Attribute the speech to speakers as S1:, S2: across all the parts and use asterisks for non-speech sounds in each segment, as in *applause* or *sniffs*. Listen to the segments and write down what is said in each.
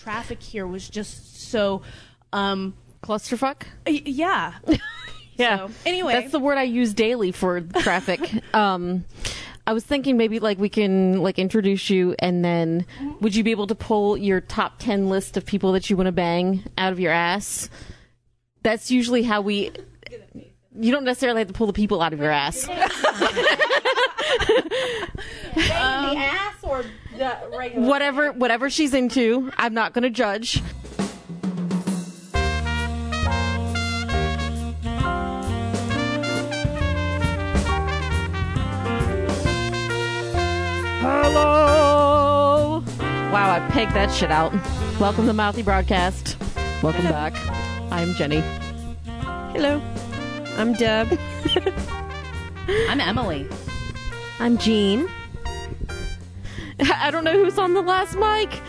S1: traffic here was just so. Um,
S2: Clusterfuck?
S1: y- yeah.
S2: *laughs* Yeah.
S1: So, anyway.
S2: that's the word I use daily for traffic. um, I was thinking maybe like we can like introduce you, and then would you be able to pull your top ten list of people that you want to bang out of your ass? That's usually how we. You don't necessarily have to pull the people out of your ass.
S3: Um,
S4: the ass or the regular?
S2: Whatever, whatever she's into, I'm not going to judge. Hello. Wow, I pegged that shit out. Welcome to Mouthy Broadcast. Welcome back. I'm Jenny.
S4: Hello. I'm Deb.
S2: *laughs*
S1: I'm Emily.
S4: I'm Jean.
S2: *laughs* I don't know who's on the last mic.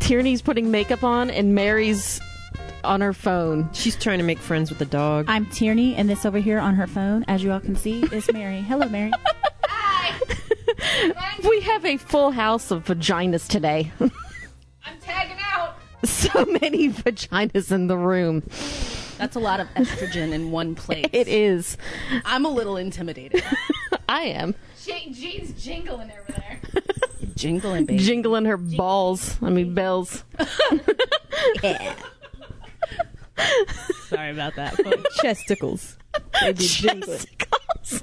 S2: Tierney's putting makeup on, and Mary's on her phone. *laughs*
S4: She's trying to make friends with the dog.
S3: I'm Tierney, and this over here on her phone, as you all can see, is Mary. Hello, Mary.
S2: We have a full house of vaginas today. *laughs*
S1: I'm tagging out.
S2: so many vaginas in the room.
S1: That's a lot of estrogen in one place.
S2: It is.
S1: I'm a little intimidated.
S2: I am
S5: Jean's jingling over there.
S1: Jingling, *laughs* baby.
S2: jingling her balls. I mean bells.
S4: Sorry about that. Chesticles. They do jingle.
S2: Chesticles.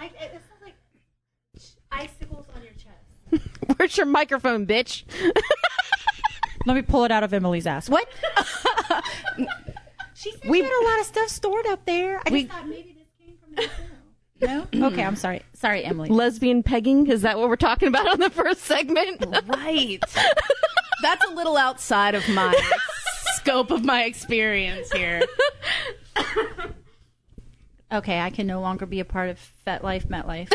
S5: Like, it it sounds like icicles on your chest.
S2: Where's your microphone, bitch?
S3: *laughs* Let me pull it out of Emily's ass. What?
S5: She said
S3: We had a lot of stuff stored up there. I
S5: she thought maybe this came from the film.
S3: no. *clears throat* Okay, I'm sorry. Sorry, Emily.
S2: Lesbian pegging? Is that what we're talking about on the first segment?
S1: Right. That's a little outside of
S2: *laughs*
S1: my scope of my experience here.
S3: Okay, I can no longer be a part of FetLife, MetLife.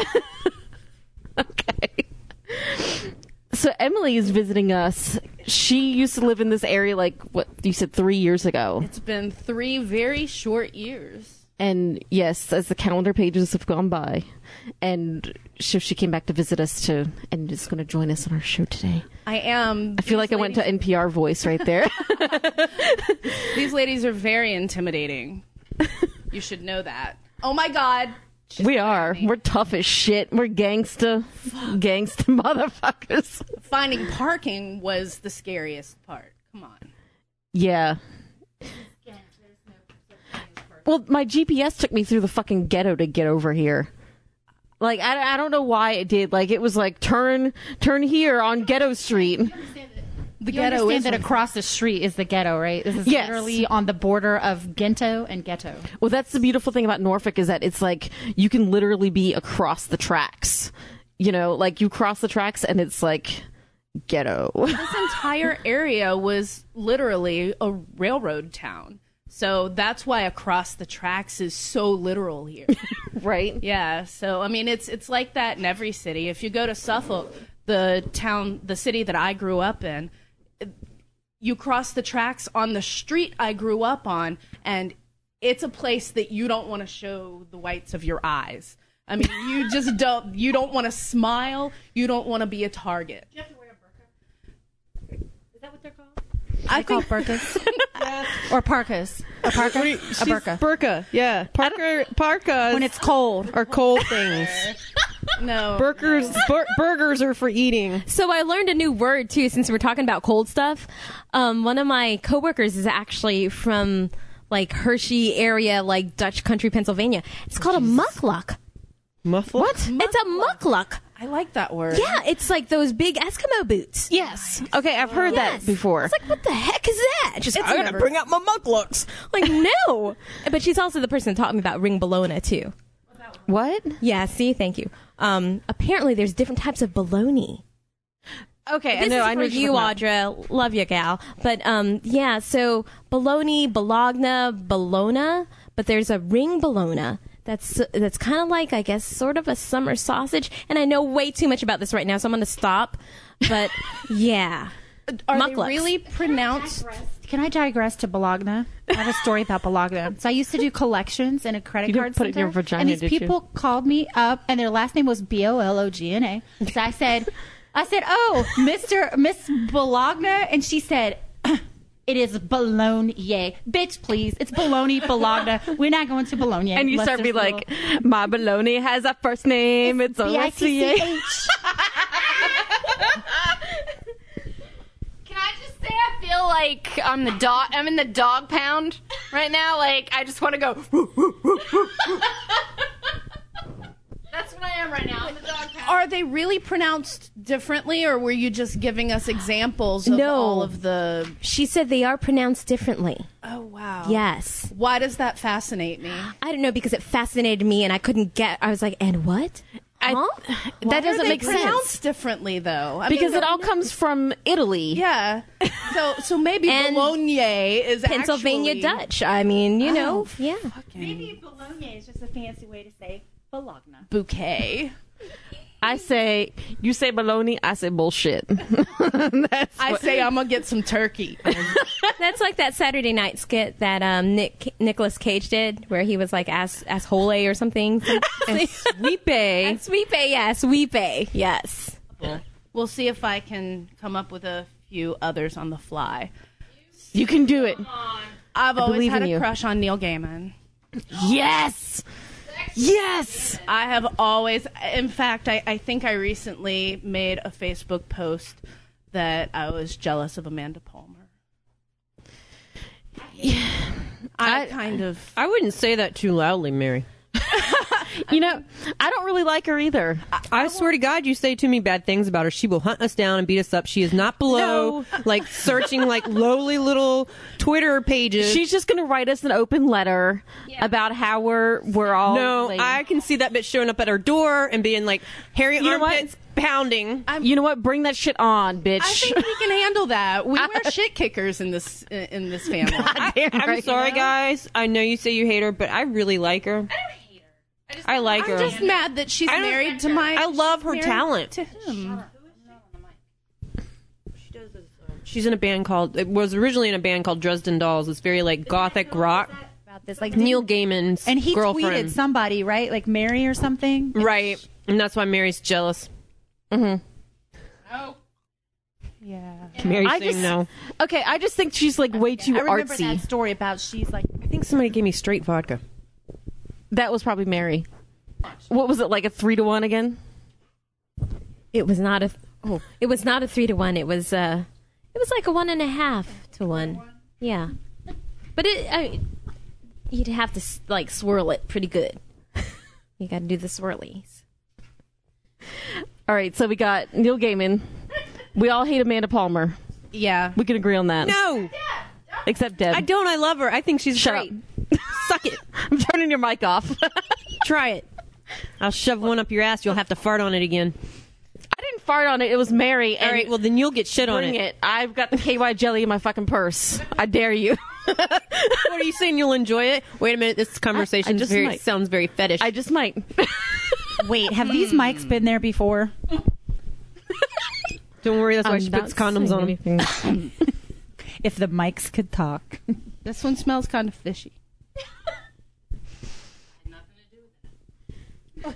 S2: okay. So Emily is visiting us. She used to live in this area like what you said 3 years ago.
S1: It's been three very short years.
S2: And yes, as the calendar pages have gone by, and she, she came back to visit us to, and is going to join us on our show today.
S1: I am.
S2: I feel like I went to NPR voice right there.
S1: These ladies are very
S2: *laughs*
S1: intimidating. You should know that. Oh my God.
S2: we are. We're tough as shit. We're gangsta, gangsta motherfuckers.
S1: Finding parking was the scariest part. Come on.
S2: Yeah. Well, my GPS took me through the fucking ghetto to get over here. Like I, I don't know why it did. Like it was like turn turn here on Ghetto Street.
S1: The
S3: You
S1: ghetto is.
S3: understand that across the street is the ghetto, right? This is
S2: Yes.
S3: literally on the border of Gento and Ghetto.
S2: Well, that's the beautiful thing about Norfolk is that it's like you can literally be across the tracks. You know, like you cross the tracks and it's like ghetto. *laughs*
S1: this entire area was literally a railroad town. So that's why across the tracks is so literal here.
S2: right?
S1: Yeah, so I mean it's it's like that in every city. If you go to Suffolk, the town, the city that I grew up in, you cross the tracks on the street I grew up on and it's a place that you don't want to show the whites of your eyes. I mean, *laughs* you just don't you don't want to smile, you don't want to be a target.
S5: You have to wear a burqa. Is that what they're called?
S1: I
S3: Called
S1: think
S3: burkas. or parkas. A parka? A
S2: Uh,
S3: burka.
S4: Burka. Yeah. Parker. Parkas.
S3: when it's cold.
S4: are cold things.
S1: no.
S4: Burgers. Bur- burgers are for eating.
S6: So I learned a new word too, since we're talking about cold stuff. Um, one of my coworkers is actually from like Hershey area, like Dutch country, Pennsylvania. It's called a muckluck.
S4: Muffler. What?
S6: It's a muckluck.
S1: I like that word.
S6: Yeah, it's like those big Eskimo boots.
S2: Yes. Okay, I've heard
S6: Yes.
S2: that before.
S6: It's like what the heck is that? She's like,
S4: I'm gonna bring out my mug looks.
S6: *laughs* like no. But she's also the person that taught me about ring bologna too.
S2: what?
S6: Yeah. See, thank you. Um, apparently, there's different types of bologna.
S2: Okay,
S6: this
S2: I know.
S6: is
S2: I know
S6: for
S2: what you're
S6: you,
S2: talking
S6: Audra. Love you, gal. But um, yeah. So bologna, Bologna, Bologna. But there's a ring Bologna. That's that's kind of like I guess sort of a summer sausage. And I know way too much about this right now, so I'm going to stop.
S2: *laughs*
S6: But yeah,
S1: Are
S6: Mucklucks.
S1: they really pronounced
S3: Can I digress to Bologna? I have a story about Bologna. So I used to do collections in a credit
S2: You didn't
S3: card
S2: put it in
S3: center,
S2: your vagina,
S3: and these
S2: did you?
S3: people called me up, and their last name was B O L O G N A. So I said, I said, "Oh, Mister Miss Bologna," and she said. It is bologna. Bitch, please. It's bologna, bologna. We're not going to bologna.
S2: And you
S3: Let's
S2: start
S3: just
S2: be
S3: roll.
S2: like, my baloney has a first name. It's
S5: B I T C
S2: Alessia.
S5: H.
S7: Can I just say I feel like I'm the dog. I'm in the dog pound right now. Like I just want to go. "Woo, woo, woo, woo, woo." That's what I am right now. I'm the dog pound.
S1: Are they really pronounced differently, or were you just giving us examples of
S6: No.
S1: all of the?
S6: She said they are pronounced differently.
S1: Oh wow.
S6: Yes.
S1: Why does that fascinate me?
S6: I don't know because it fascinated me and I couldn't get. I was like, and what? Huh?
S2: That
S1: Why are
S2: doesn't
S1: they
S2: make
S1: pronounced
S2: sense
S1: differently though. I mean,
S2: because it all comes from Italy.
S1: Yeah. So so
S2: *laughs*
S1: maybe
S6: And
S1: Bologna is
S6: Pennsylvania
S1: actually-
S6: Dutch. I mean, you know,
S1: Oh,
S6: yeah.
S4: Maybe bologna is just a fancy way to say bologna.
S2: *laughs*
S1: bouquet.
S2: I say, you say baloney, I say bullshit. That's
S1: I
S2: what-
S1: say I'm gonna get some
S2: *laughs*
S1: turkey.
S6: That's like that Saturday night skit that um, Nick Nicholas Cage did, where he was like ass asshole or something.
S2: Weepay.
S6: Sweepe, yes, weepe, yes.
S1: *laughs* we'll see if I can come up with a few others on the fly.
S2: You can do it.
S1: I've always
S2: believe
S1: had
S2: in
S1: a
S2: you.
S1: crush on Neil Gaiman.
S2: Yes. Yes.
S1: I have always, in fact, I, I think I recently made a Facebook post that I was jealous of Amanda Palmer. I,
S2: I-
S1: kind
S8: *laughs*
S1: of.
S8: I wouldn't say that too loudly, Mary.
S2: You know, I don't really like her either.
S8: I swear to God, you say too many bad things about her. She will hunt us down and beat us up. She is not below, *laughs* like, searching, like, lowly little Twitter pages.
S2: She's just going to write us an open letter about how we're we're all
S8: no,
S2: lame.
S8: I can see that bitch showing up at her door and being like, hairy
S2: know what?
S8: armpits pounding.
S2: you know what? Bring that shit on, bitch.
S1: I think we can handle that. We
S8: *laughs*
S1: wear shit kickers in this in this family.
S2: Damn
S8: I'm
S2: right.
S8: sorry, guys. I know you say you hate her, but I really like
S5: I
S8: her.
S5: don't hate her. I just
S8: I like her.
S1: I'm just mad that she's
S8: I don't-
S1: married to my.
S8: I love her
S1: married
S8: talent.
S1: To him.
S8: She's in a band called. It was originally in a band called Dresden Dolls. It's very like gothic rock.
S3: about this. Like
S8: Neil Gaiman's
S3: and he
S8: girlfriend,
S3: tweeted somebody, right? Like Mary or something.
S8: right? And that's why Mary's jealous. Mm-hmm. Oh.
S3: Yeah.
S8: Mary's
S2: I
S8: saying
S2: just-
S8: no.
S2: Okay, I just think she's like way too
S3: I remember
S2: artsy.
S3: that
S2: That.
S3: story about she's like
S8: I think somebody gave me straight vodka.
S2: was probably Mary. What was it like a three to one again?
S6: It was not a. Oh, it was not a three to one. It was uh, it was like a one and a half to one. Yeah, but it. I, you'd have to s- like swirl it pretty good. *laughs* you got to do the swirlies.
S2: All right, so we got Neil Gaiman. We all hate Amanda Palmer.
S1: Yeah.
S2: We can agree on that.
S8: No,
S2: Except Deb.
S8: I don't. I love her. I think she's
S2: Shut
S8: great.
S2: up.
S8: Suck it.
S2: I'm turning your mic off. I
S8: Try it. I'll shove one up your ass. You'll have to fart on it again.
S2: didn't fart on it. It was Mary. And
S8: All right. Well, then you'll get shit on
S2: bring
S8: it.
S2: it. I've got the KY jelly in my fucking purse. I dare you. *laughs*
S8: What are you saying? You'll enjoy it? Wait a minute. This conversation
S2: just
S8: very,
S2: might.
S8: sounds very fetish.
S2: I just might.
S3: Wait, have these mics been there before?
S8: don't worry. That's why
S2: I'm
S8: she
S2: not
S8: puts condoms on.
S2: saying
S8: them.
S2: anything.
S3: If the mics could talk.
S1: This one smells kind of
S8: *laughs*
S1: fishy. *laughs* no,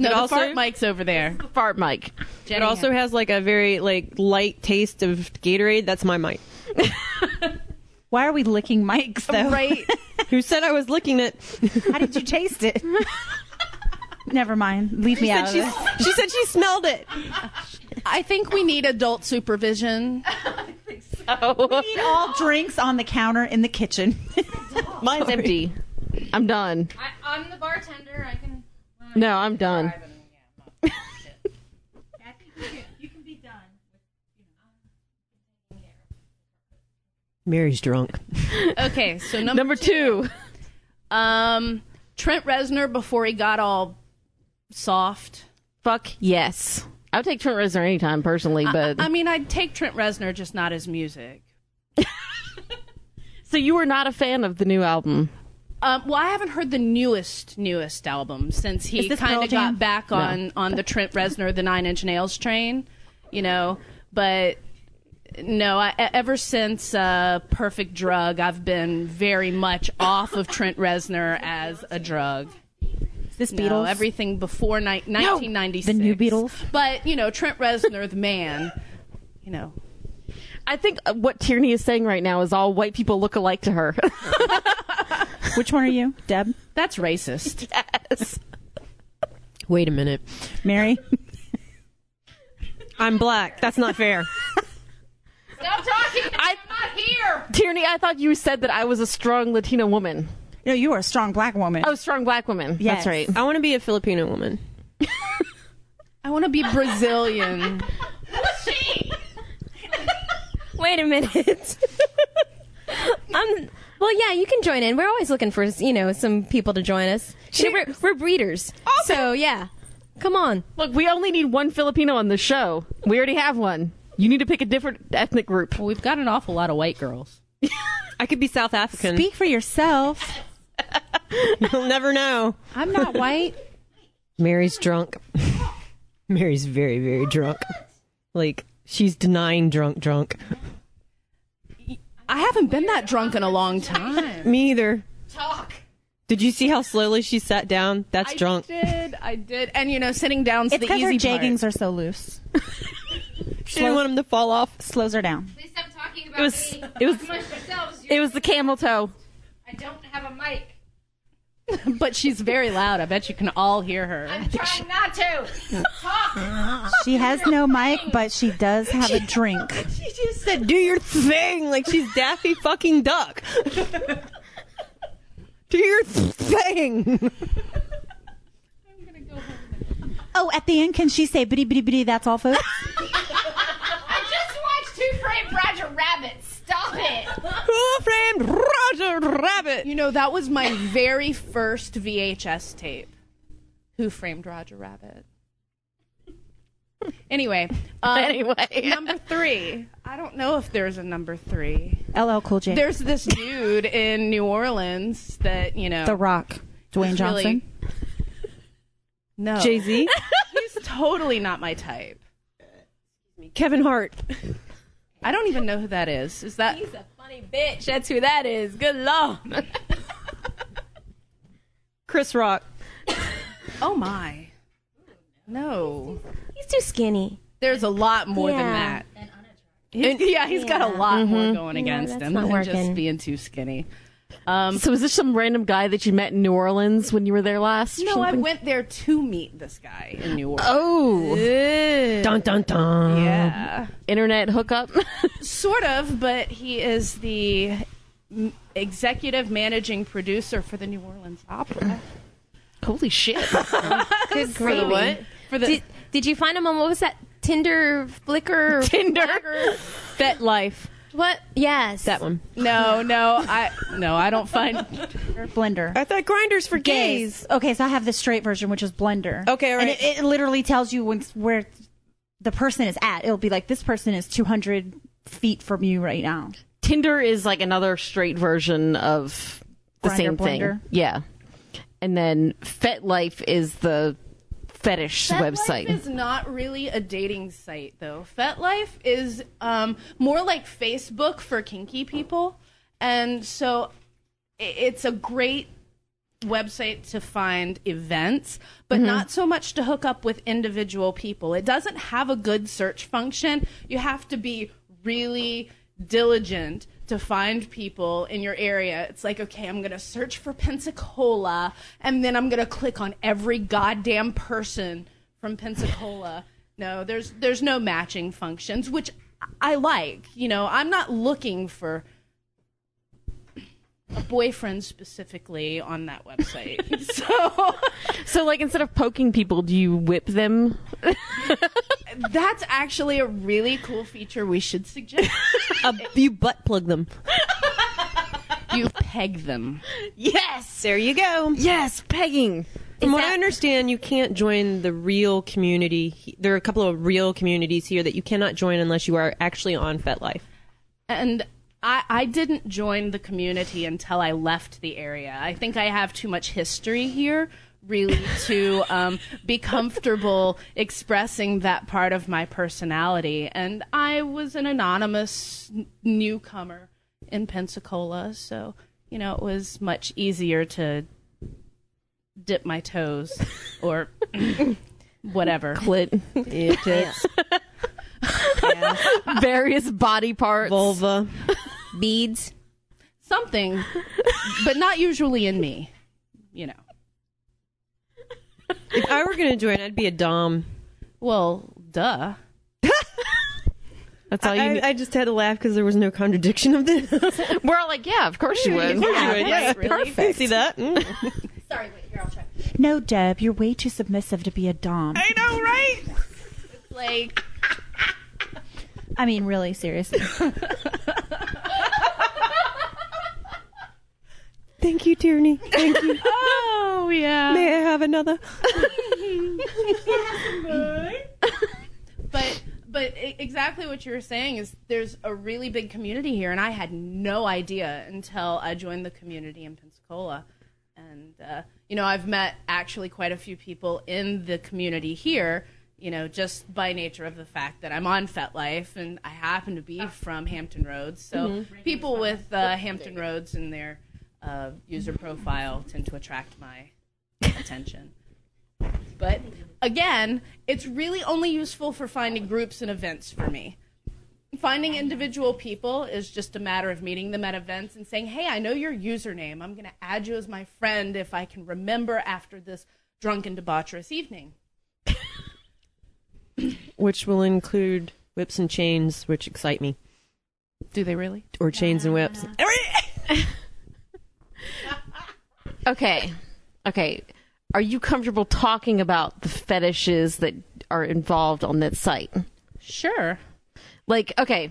S1: the
S8: also-
S1: fart mic's over there.
S2: Fart mic.
S8: It also has like a very like light taste of Gatorade. That's my mic.
S3: Why are we licking mics
S2: Oh.
S3: though?
S1: Right.
S2: *laughs*
S8: Who said I was licking it?
S3: How did you taste *laughs* it? Never mind. Leave me out. Of
S8: She's-
S3: it.
S8: she said she smelled it.
S1: I think we need adult supervision.
S3: Need all drinks on the counter in the *laughs* kitchen.
S2: Mine's empty. I'm done.
S7: I, I'm the bartender. I can.
S2: No, I'm done.
S4: I think you can, you can be done.
S8: Mary's drunk.
S1: Okay, so number,
S2: Number two.
S1: um Trent Reznor before he got all soft.
S2: Fuck yes. I would take Trent Reznor anytime personally, but
S1: I mean, I'd take Trent Reznor, just not his music.
S2: so you were not a fan of the new album.
S1: Um, well, I haven't heard the newest newest album since he
S3: Is this
S1: kind
S3: Pearl
S1: of
S3: Jam?
S1: got back on on the Trent Reznor, the Nine Inch Nails train, you know. But no, I, e- ever since uh, Perfect Drug, I've been very much off of Trent Reznor as a drug.
S3: This
S1: No,
S3: Beatles?
S1: everything before ni- 1996.
S3: The new Beatles?
S1: But, you know, Trent Reznor, the man, you know.
S2: I think uh, what Tierney is saying right now is all white people look alike to her.
S3: Which one are you, Deb?
S1: That's racist.
S8: Wait a minute.
S3: Mary?
S8: I'm black. That's not fair.
S7: Stop talking.
S2: *laughs*
S7: I, am not here.
S2: Tierney, I thought you said that I was a strong Latina woman.
S3: no, you are a strong black woman.
S2: Oh, strong black woman.
S3: Yes.
S2: That's right.
S8: I want to be a Filipino woman.
S1: I want to be Brazilian.
S6: Wait a minute. um. Well, yeah, you can join in. We're always looking for you know some people to join us. You know, we're, we're breeders, so yeah. Come on.
S2: Look, we only need one Filipino on the show. We already have one. You need to pick a different ethnic group.
S1: Well, we've got an awful lot of white girls.
S8: I could be South African.
S3: Speak for yourself.
S8: You'll never know.
S3: I'm not white.
S8: Mary's drunk. *laughs* Mary's very, very drunk. Like, she's denying drunk, drunk.
S1: I haven't been that drunk in a long time.
S8: Me either.
S7: Talk.
S8: Did you see how slowly she sat down? That's drunk.
S1: I did. I did. And, you know, sitting down's
S3: It's
S1: the
S3: because her
S1: easy part.
S3: jeggings are so loose.
S8: She didn't want him to fall off.
S3: Slows her down.
S7: Please stop talking about
S2: It was.
S7: me.
S2: It was.
S7: Amongst yourselves, you-
S2: It was the camel toe.
S7: I don't have a mic.
S1: But she's very loud. I bet you can all hear her.
S7: I'm trying not to. *laughs* Talk.
S3: She has no mic, but she does have a drink.
S8: She just said, "Do your thing," like she's Daffy fucking Duck. Do your thing.
S3: Oh, at the end, can she say bitty bitty bitty? That's all, folks.
S7: I just watched Two Frame Roger Rabbit. Stop it.
S8: Cool friend Roger Rabbit.
S1: You know, that was my very first VHS tape. Who framed Roger Rabbit?
S6: *laughs*
S1: Anyway, um,
S2: Anyway.
S1: number three. I don't know if there's a number three.
S3: LL Cool J.
S1: There's this dude in New Orleans that you know.
S3: The Rock. Dwayne
S1: is really-
S3: Johnson.
S1: No,
S8: Jay Z,
S1: *laughs* he's totally not my type.
S8: Kevin Hart.
S1: I don't even know who that is. Is that
S6: He's a funny bitch. That's who that is. Good lord.
S8: Chris Rock.
S1: Oh my. No.
S6: He's too skinny.
S1: There's a lot more than
S6: Yeah.
S1: that. He's- *laughs* yeah, he's got a lot more going against
S6: that's
S1: him
S6: not
S1: than just
S6: working.
S1: being too skinny.
S2: Um, So is this some random guy that you met in New Orleans when you were there last? or
S1: No, I
S2: something?
S1: went there to meet this guy in New Orleans.
S2: Oh,
S8: Dun dun dun.
S1: yeah.
S2: internet hookup.
S1: Sort of, but he is the m- executive managing producer for the New Orleans Opera.
S2: Holy shit!
S6: Good gravy.
S1: For the
S6: Did, did you find him on what was that Tinder Flickr?
S2: Tinder, Fet Life.
S6: What? Yes.
S8: That one.
S1: No, no, I no, I don't find
S3: *laughs* Blender.
S8: I thought grinders for gays.
S3: Gays. Okay, so I have the straight version, which is Blender.
S8: Okay, all
S3: And
S8: right.
S3: it, it literally tells you when, where the person is at. It'll be like this person is 200 feet from you right now.
S2: Tinder is like another straight version of the
S3: Grindr,
S2: same thing.
S3: Blender.
S2: Yeah, and then Fet Life is the fetish website.
S1: FetLife is not really a dating site though. FetLife is um, more like Facebook for kinky people, and so i- it's a great website to find events, but not so much to hook up with individual people. It doesn't have a good search function. You have to be really diligent to find people in your area. It's like, okay, I'm going to search for Pensacola and then I'm going to click on every goddamn person from Pensacola. No, there's there's no matching functions, which I like. You know, I'm not looking for a boyfriend specifically on that website. *laughs* so
S2: so, like, instead of poking people, do you whip them?
S1: that's actually a really cool feature we should suggest.
S8: Uh, you butt plug them.
S1: you peg them.
S8: *laughs* Yes, there you go.
S2: Yes, pegging.
S8: From what
S6: that-
S8: I understand, you can't join the real community. he- There are a couple of real communities here that you cannot join unless you are actually on FetLife.
S1: And I, I didn't join the community until I left the area. I think I have too much history here, really, to um, be comfortable expressing that part of my personality. And I was an anonymous n- newcomer in Pensacola, so you know it was much easier to dip my toes or *clears throat* whatever.
S2: Clit, various body parts.
S8: vulva.
S7: Beads.
S1: Something, but not usually in me, you know.
S8: If I were gonna join, I'd be a dom.
S1: Well, duh.
S2: That's all you.
S8: I,
S2: need.
S8: I just had to laugh because there was no contradiction of *laughs* this.
S7: We're all like, yeah, of course you would.
S8: yeah,
S1: Perfect.
S8: *laughs* See that? Mm.
S5: Sorry, wait, here, I'll try.
S3: No, Deb, you're way too submissive to be a dom.
S7: I know, right? It's like,
S3: I mean, really, seriously.
S8: Thank you, Tierney. Thank *laughs* you.
S1: Oh yeah.
S8: May I have another?
S1: but but e- exactly what you were saying is there's a really big community here and i had no idea until i joined the community in pensacola and uh, you know i've met actually quite a few people in the community here you know just by nature of the fact that i'm on fetlife and i happen to be from hampton roads so people with uh, hampton roads in their uh, user profile tend to attract my attention but again, it's really only useful for finding groups and events for me. Finding individual people is just a matter of meeting them at events and saying, hey, I know your username. I'm going to add you as my friend if I can remember after this drunken debaucherous evening.
S8: Which will include whips and chains, which excite me,
S1: Do they really?
S8: or chains and whips.
S2: Okay. Okay. Are you comfortable talking about the fetishes that are involved on that site?
S1: Sure.
S2: Like, okay.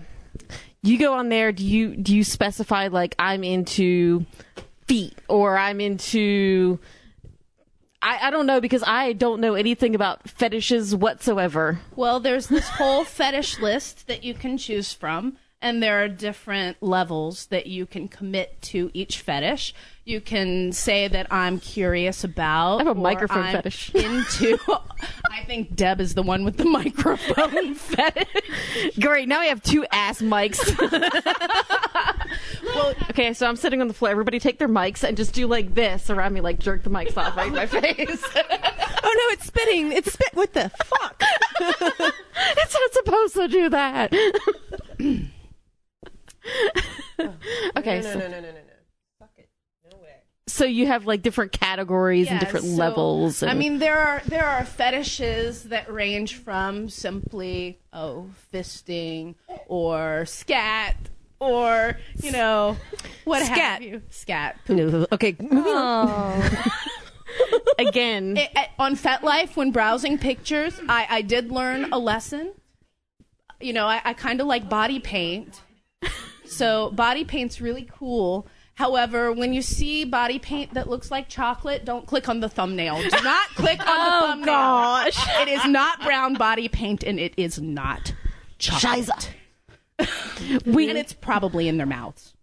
S2: You go on there, do you do you specify like I'm into feet or I'm into I, I don't know because I don't know anything about fetishes whatsoever.
S1: Well, there's this whole fetish list that you can choose from, and there are different levels that you can commit to each fetish. You can say that I'm curious about.
S2: I have a
S1: or
S2: microphone
S1: I'm
S2: fetish.
S1: Into, *laughs* I think Deb is the one with the microphone
S2: *laughs*
S1: fetish.
S2: Great, now we have two ass
S8: *laughs*
S2: mics. okay, so I'm sitting on the floor. Everybody take their mics and just do like this around me, like jerk the mics off right in my face.
S8: *laughs* Oh no, it's spitting! It's spit. What the fuck?
S2: *laughs* It's not supposed to do
S8: *clears throat*
S2: that. *laughs* okay, so,
S8: no, no, no, no. Fuck it. No way.
S2: so you have like different categories and
S1: Yeah,
S2: different
S1: so,
S2: levels. And,
S1: I mean, there are there are fetishes that range from simply oh fisting or scat or you know what have
S8: Scat.
S1: you scat.
S8: No, Okay, moving on.
S1: Oh. *laughs*
S2: again,
S1: it, it, on FetLife when browsing pictures, I, I did learn a lesson. You know, I, I kind of like body paint. So body paint's really cool. However, when you see body paint that looks like chocolate, don't click on the thumbnail. Do not click on the thumbnail.
S2: gosh.
S1: It is not brown body paint and it is not chocolate.
S2: Shiza. we
S1: And it's probably in their mouths.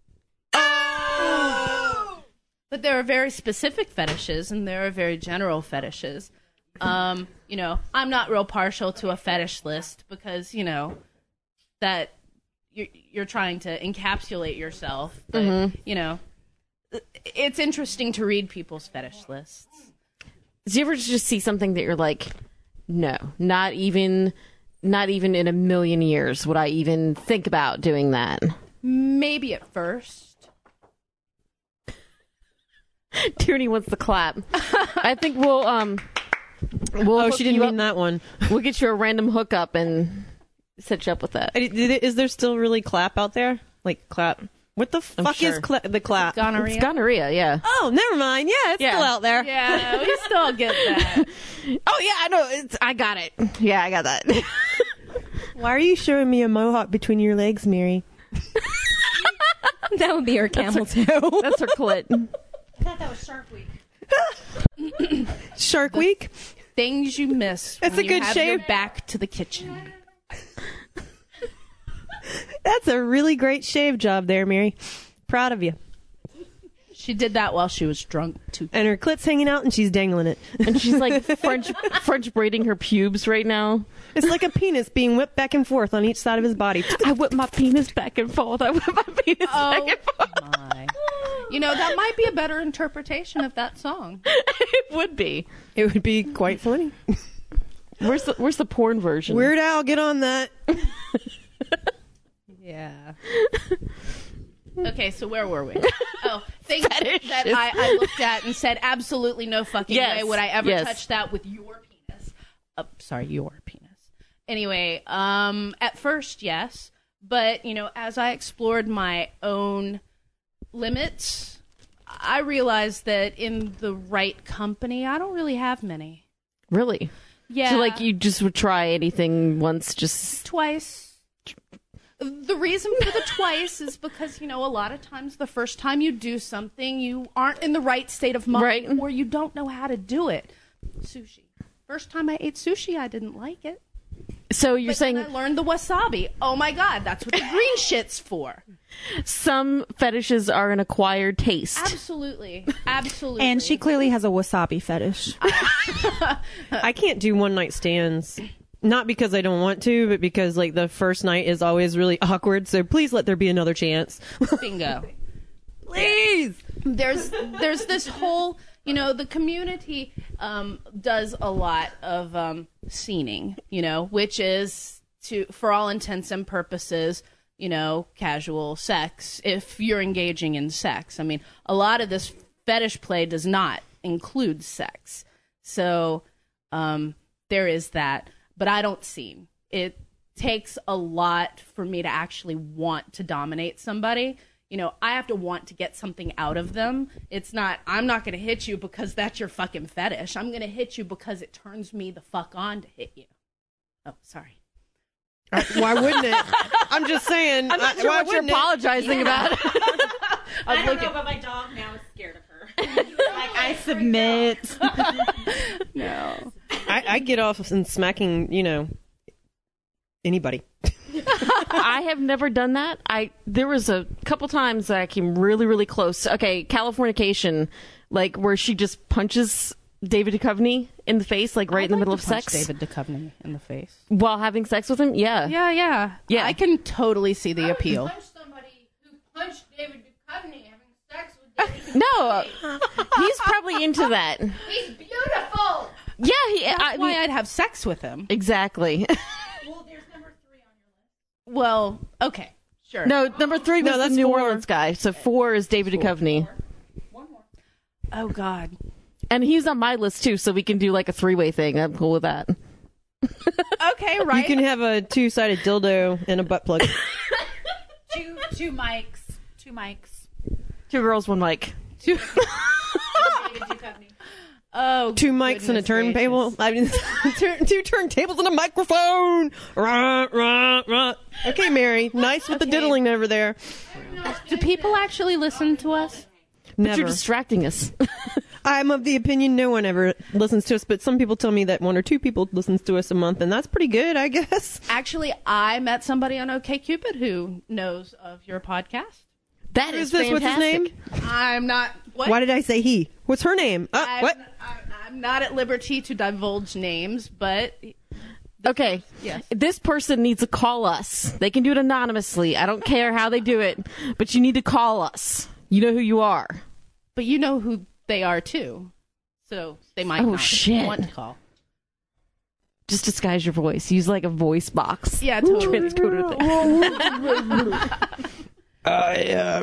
S8: Oh!
S1: But there are very specific fetishes and there are very general fetishes. Um, you know, I'm not real partial to a fetish list because, you know, that you're, you're trying to encapsulate yourself. But,
S8: Mm-hmm.
S1: you know, it's interesting to read people's fetish lists.
S2: do you ever just see something that you're like, no, not even, not even in a million years would I even think about doing that. *laughs*
S1: Maybe at first.
S2: Tierney wants the *laughs* clap. I think we'll um, we'll
S8: Oh,
S2: hook
S8: she didn't
S2: you
S8: mean
S2: up-
S8: that one.
S2: We'll get you a random hookup and set you up with that.
S8: I- did it- Is there still really clap out there? Like clap? What the fuck is
S2: sure.
S8: cla- the clap?
S1: Gonorrhea.
S2: It's gonorrhea, yeah.
S8: Oh, never mind. Yeah, it's
S2: Yeah.
S8: still out there.
S1: yeah, we still get
S8: *laughs*
S1: that.
S2: Oh yeah, I know. It's, I got it. Yeah, I got that.
S8: Why are you showing me a mohawk between your legs, Mary?
S6: that would be her camel toe.
S2: That's her clit.
S5: I thought that was Shark Week.
S8: Shark Week.
S1: Things you miss.
S8: That's
S1: when
S8: a
S1: you
S8: good
S1: have your
S8: shape.
S1: back to the kitchen.
S8: That's a really great shave job there, Mary. Proud of you.
S1: She did that while she was drunk too.
S8: And her clit's hanging out, and she's dangling it.
S2: *laughs* And she's like *laughs* French French braiding her pubes right now.
S8: It's like a *laughs* penis being whipped back and forth on each side of his body.
S2: Oh.
S1: *laughs*
S2: I whip my penis back and forth. I whip my penis back and forth.
S1: Oh, my You know, that might be a better interpretation of that song.
S2: it *laughs* would be.
S8: *laughs* It would be quite funny.
S2: Where's the, where's the porn version?
S8: Weird Al, get on *laughs* that.
S1: Yeah. Okay, so where were
S2: *laughs*
S1: we? Oh, things that I, I looked at and said, absolutely no fucking
S2: Yes,
S1: way would I ever
S2: yes.
S1: touch that with your penis. Uh, sorry, your penis. Anyway, um, at first, yes, but you know, as I explored my own limits, I realized that in the right company, I don't really have many.
S2: Really?
S1: Yeah,
S2: So like you just would try anything once, just
S1: twice. The reason for the twice is because, you know, a lot of times the first time you do something, you aren't in the right state of mind
S2: Right.
S1: or you don't know how to do it. Sushi. First time I ate sushi, I didn't like it.
S2: so you're
S1: But
S2: saying
S1: then I learned the wasabi. Oh my god, that's what the green shit's
S2: *laughs*
S1: for.
S2: some fetishes are an acquired taste.
S1: Absolutely. Absolutely.
S3: And she clearly has a wasabi fetish.
S8: I can't do one night stands. Not because I don't want to, but because like the first night is always really *laughs* awkward. So please let there be another chance.
S1: bingo.
S8: please.
S1: there's there's this whole you know the community um, does a lot of um, scening you know which is to for all intents and purposes you know casual sex if you're engaging in sex i mean a lot of this fetish play does not include sex so um, there is that but i don't seem it takes a lot for me to actually want to dominate somebody you know i have to want to get something out of them it's not i'm not going to hit you because that's your fucking fetish i'm going to hit you because it turns me the fuck on to hit you oh sorry
S8: Why wouldn't it? I'm just saying.
S2: I'm not
S8: I-
S2: sure
S8: why
S2: what you're
S8: wouldn't it?
S2: apologizing about.
S1: i was looking
S4: but my dog now is scared of
S3: *laughs*
S4: her.
S3: I submit.
S1: no
S8: I, I get off in smacking, you know, anybody.
S2: *laughs* I have never done that. I there was a couple times that I came really really close. Okay, Californication, like where she just punches David Duchovny in the face, like right in the middle of sex
S1: david Duchovny in the face
S2: while having sex with him. Yeah.
S1: yeah yeah
S2: Yeah.
S1: i can totally see the appeal
S5: Punch somebody who punched David Duchovny having sex with David Duchovny.
S2: No, he's probably into that. Yeah,
S5: He's beautiful.
S2: he. I
S1: that's why
S2: mean-
S1: i'd have sex with him
S2: exactly.
S1: well okay sure
S2: No, number three was
S8: No, that's
S2: the New
S8: four.
S2: Orleans guy. So four is David Duchovny,
S1: oh god
S2: and he's on my list too. So we can do like a three-way thing. I'm cool with that.
S1: okay right
S8: You can have a two sided dildo and a butt plug.
S3: two, two mics. Two mics.
S2: *laughs* Two girls, one mic. *laughs*
S1: oh
S8: two mics and a
S1: goodness
S8: turntable.
S1: gracious.
S8: I mean, *laughs* turn- two turntables and a microphone. Rah, rah, rah. Okay, Mary. Nice with the diddling over there.
S1: do people actually listen to us
S8: Never.
S2: You're distracting us.
S8: I'm of the opinion no one ever listens to us, but some people tell me that one or two people listens to us a month, and that's pretty good, I guess.
S1: Actually, I met somebody on OKCupid who knows of your podcast.
S2: *laughs* That is
S8: Who's this? What's his
S2: fantastic.
S8: name?
S1: I'm not. What?
S8: Why did I say he? What's her name? Uh,
S1: I'm,
S8: what?
S1: I'm, I'm not at liberty to divulge names, but
S2: Okay.
S1: Yes.
S2: This person needs to call us. They can do it anonymously. I don't care how they do it, but you need to call us. You know who you are.
S1: but you know who they are too, so they might
S2: Oh,
S1: not
S2: shit.
S1: want to call.
S2: Just disguise your voice. Use like a voice box. *laughs*
S1: Yeah, totally.
S2: Transcoder thing.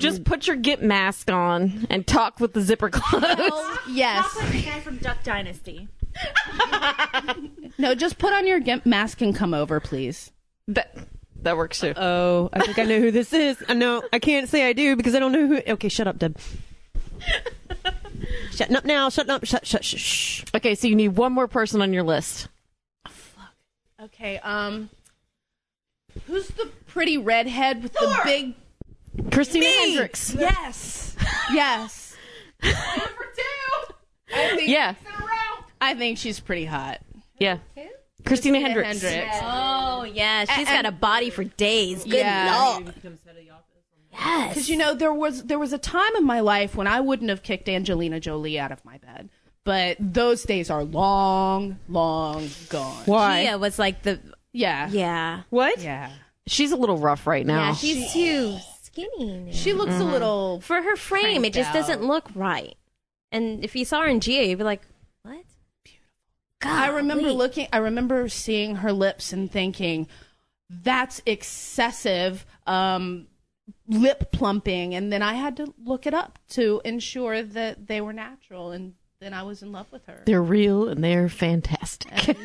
S2: Just put your get mask on and talk with the zipper closed.
S1: yes.
S4: Like the guy from Duck Dynasty.
S1: No, just put on your gimp mask and come over, please.
S2: that, that works too.
S8: Oh, I think I know who this is. I know I can't say I do because I don't know who. Okay, shut up, Deb. shut up now. Shut up. Shut. Shut. Shh. shh.
S2: *laughs* Okay, so you need one more person on your list.
S1: Okay. Um, who's the pretty redhead with the big?
S2: Christina Hendricks.
S1: Yes. Yes. I think,
S2: Yeah.
S1: I think she's pretty hot.
S2: Yeah. Christina, Hendricks.
S1: Hendricks.
S6: Oh yeah, she's
S1: and-
S6: got a body for days. Good
S1: Yeah.
S6: lord. Yes.
S1: Because you know there was there was a time in my life when I wouldn't have kicked Angelina Jolie out of my bed, but those days are long, long gone.
S8: Why?
S6: Gia was like the
S1: Yeah,
S6: yeah.
S8: What?
S1: yeah.
S2: She's a little rough right now.
S6: Yeah, she's too skinny now.
S1: She looks a little.
S6: For her frame, it
S1: Cranked
S6: just
S1: out.
S6: doesn't look right. And if you saw her in GA, you'd be like, what? God,
S1: I remember looking. I remember seeing her lips and thinking, "That's excessive um, lip plumping." And then I had to look it up to ensure that they were natural. And then I was in love with her.
S9: They're real and they're
S1: Uh-huh.
S9: fantastic.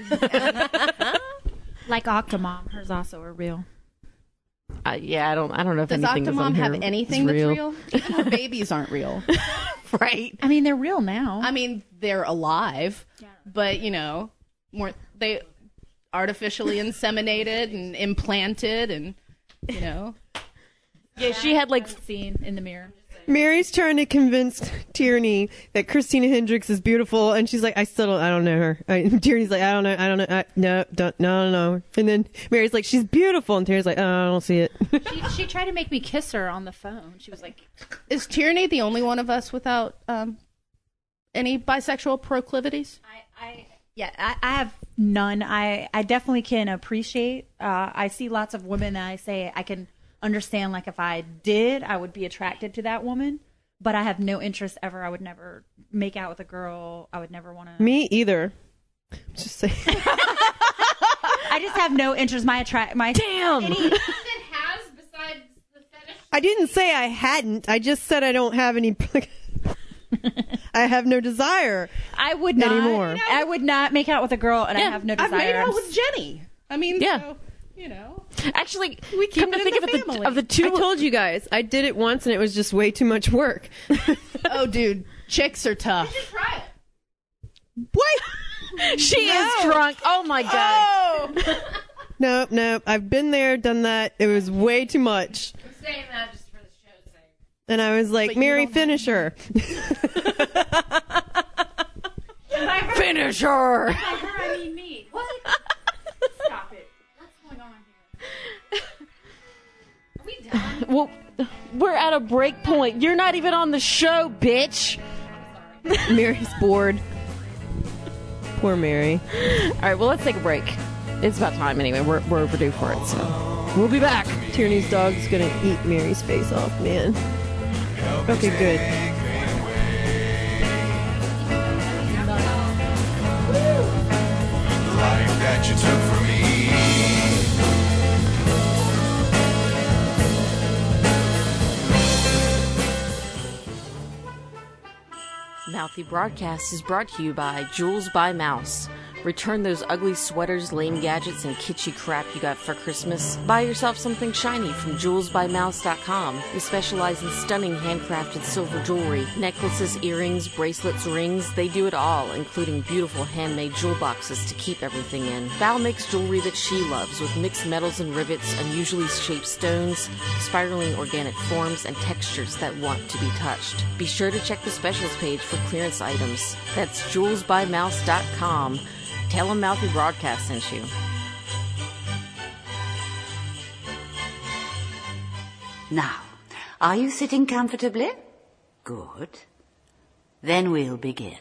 S3: Like Octomom, hers also are real.
S9: *laughs* I, yeah, I don't. I don't know if
S1: Does
S9: anything that's on
S1: Octomom
S9: here
S1: have
S9: is
S1: anything that's real? *laughs* Even her babies aren't real.
S9: *laughs* right?
S3: I mean, they're real now.
S1: I mean, they're alive, but you know, more they artificially inseminated and implanted, and you know,
S3: yeah, she had like seen in the mirror.
S8: Mary's trying to convince Tierney that Christina Hendricks is beautiful, and she's like, "I still don't, I don't know her." I, *laughs* Tierney's like, "I don't know, I don't know, I, no, don't, no, no, no." And then Mary's like, "She's beautiful," and Tierney's like, "Oh, I don't see it." *laughs*
S3: She, she tried to make me kiss her on the phone. She was like,
S1: is Tierney the only one of us without um, any bisexual proclivities?
S3: I, I yeah, I, I have none. I, I definitely can appreciate. Uh, I see lots of women that I say I can understand. Like if I did, I would be attracted to that woman. But I have no interest ever. I would never make out with a girl. I would never want to.
S8: Me either. Just say *laughs*
S3: I just have no interest. My attract my damn.
S10: Ethan has besides the fetish.
S8: I didn't say I hadn't. I just said I don't have any. *laughs* I have no desire.
S3: I would not.
S8: Anymore.
S3: I would not make out with a girl, and I have no desire.
S1: I've made
S3: I'm
S1: out with Jenny. I mean,
S9: Yeah.
S1: so, you know,
S9: Actually,
S8: Oh
S1: We keep
S9: come to
S1: it in
S9: think
S1: the
S9: of it,
S1: family.
S9: the, of the two,
S8: I told you guys I did it once, and it was just way too much work. *laughs*
S1: oh, dude, chicks are tough. *laughs*
S10: Try it.
S8: what?
S9: she is drunk. Oh my god.
S8: *laughs* Nope, nope. I've been there, done that. It was way too much.
S10: I'm saying that just for the show's sake.
S8: And I was like,
S1: But you
S8: Mary,
S1: don't have-
S8: finish her.
S9: Finish her.
S10: By her, I mean me.
S7: *laughs*
S10: What? Stop it. What's going on here? Are we done?
S9: Well, we're at a break point. You're not even on the show, bitch.
S8: Mary's bored. Poor Mary.
S9: All right, well, let's take a break. It's about time anyway. We're, we're overdue for it, so we'll be back.
S8: Tierney's dog's gonna eat Mary's face off, man. Okay, good.
S11: life that you took from me.
S2: Mouthy Broadcast is brought to you by Jules by Mouse. Return those ugly sweaters, lame gadgets, and kitschy crap you got for Christmas. Buy yourself something shiny from jewelsbymouse.com. We specialize in stunning handcrafted silver jewelry, necklaces, earrings, bracelets, rings. They do it all, including beautiful handmade jewel boxes to keep everything in. Val makes jewelry that she loves with mixed metals and rivets, unusually shaped stones, spiraling organic forms, and textures that want to be touched. Be sure to check the specials page for clearance items. That's jewelsbymouse.com. Tell them Mouthy Broadcast sent you.
S12: Now,
S6: Uh,
S12: are you sitting comfortably? Good. Then we'll begin.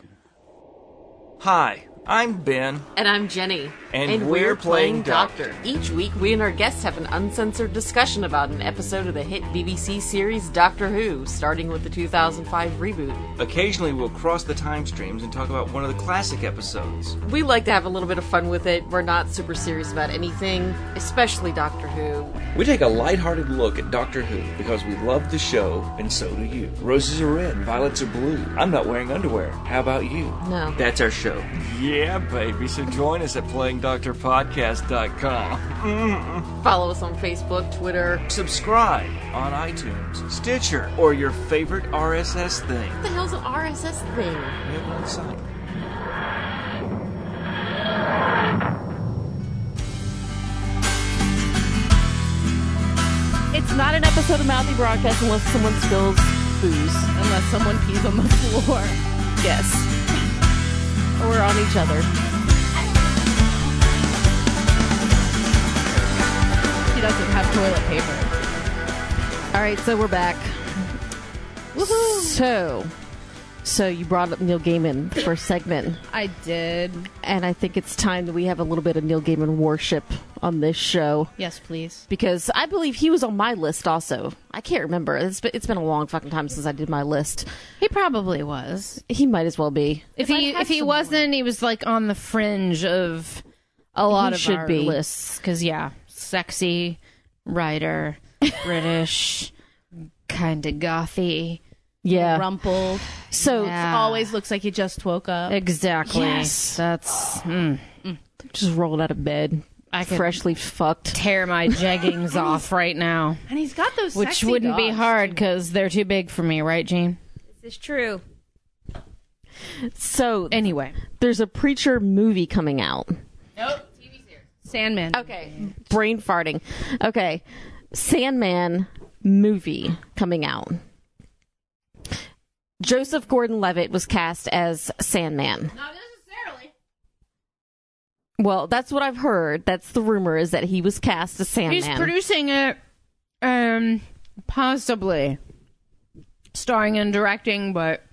S11: Hi, I'm Ben.
S2: And I'm Jenny.
S11: And we're playing Doctor.
S2: Each week, we and our guests have an uncensored discussion about an episode of the hit BBC series Doctor Who, starting with the 2005 reboot.
S11: Occasionally, we'll cross the time streams and talk about one of the classic episodes.
S2: We like to have a little bit of fun with it. We're not super serious about anything, especially Doctor Who.
S11: We take a lighthearted look at Doctor Who because we love the show, and so do you. Roses are red, violets are blue. I'm not wearing underwear. How about you?
S2: No.
S11: That's our show. Yeah, baby. So join us at playingdoctorpodcast.com.
S2: Follow us on Facebook, Twitter.
S11: Subscribe on iTunes, Stitcher, or your favorite RSS thing.
S2: What the hell's an RSS thing?
S11: We have one site.
S9: It's not an episode of Mouthy Broadcast unless someone spills booze.
S1: Unless someone pees on the floor.
S9: Yes. or on each other.
S1: She doesn't have toilet paper.
S9: All right, so we're back. So,
S2: So you brought up Neil Gaiman for segment.
S1: I did.
S2: And I think it's time that we have a little bit of Neil Gaiman worship on this show.
S1: Yes, please.
S2: Because I believe he was on my list also. I can't remember. It's been, it's been a long fucking time since I did my list.
S6: He probably was.
S2: He might as well be.
S6: If, he if he wasn't, he was like on the fringe of a lot
S2: He
S6: of
S2: should
S6: our
S2: be.
S6: lists. Because yeah, sexy writer, *laughs* British, kind of gothy.
S2: Yeah,
S1: rumpled.
S2: So
S1: always looks like he just woke up.
S6: Exactly.
S1: Yes.
S6: That's mm.
S2: hmm. just rolled out of bed.
S6: I could
S2: freshly fucked.
S6: Tear
S5: *laughs*
S6: my jeggings off right now.
S1: And he's got those
S6: Which
S1: sexy
S6: wouldn't be
S1: dogs.
S6: hard because they're too big for me, right, Gene?
S13: This is true.
S2: So
S6: anyway,
S2: there's a preacher movie coming out.
S14: Nope.
S1: Sandman.
S2: Okay. Brain farting. Okay. Sandman movie coming out. Joseph Gordon-Levitt was cast as Sandman.
S15: Not necessarily.
S2: Well, that's what I've heard. That's the rumor is that he was cast as Sandman.
S6: He's producing it, um, possibly starring and directing, but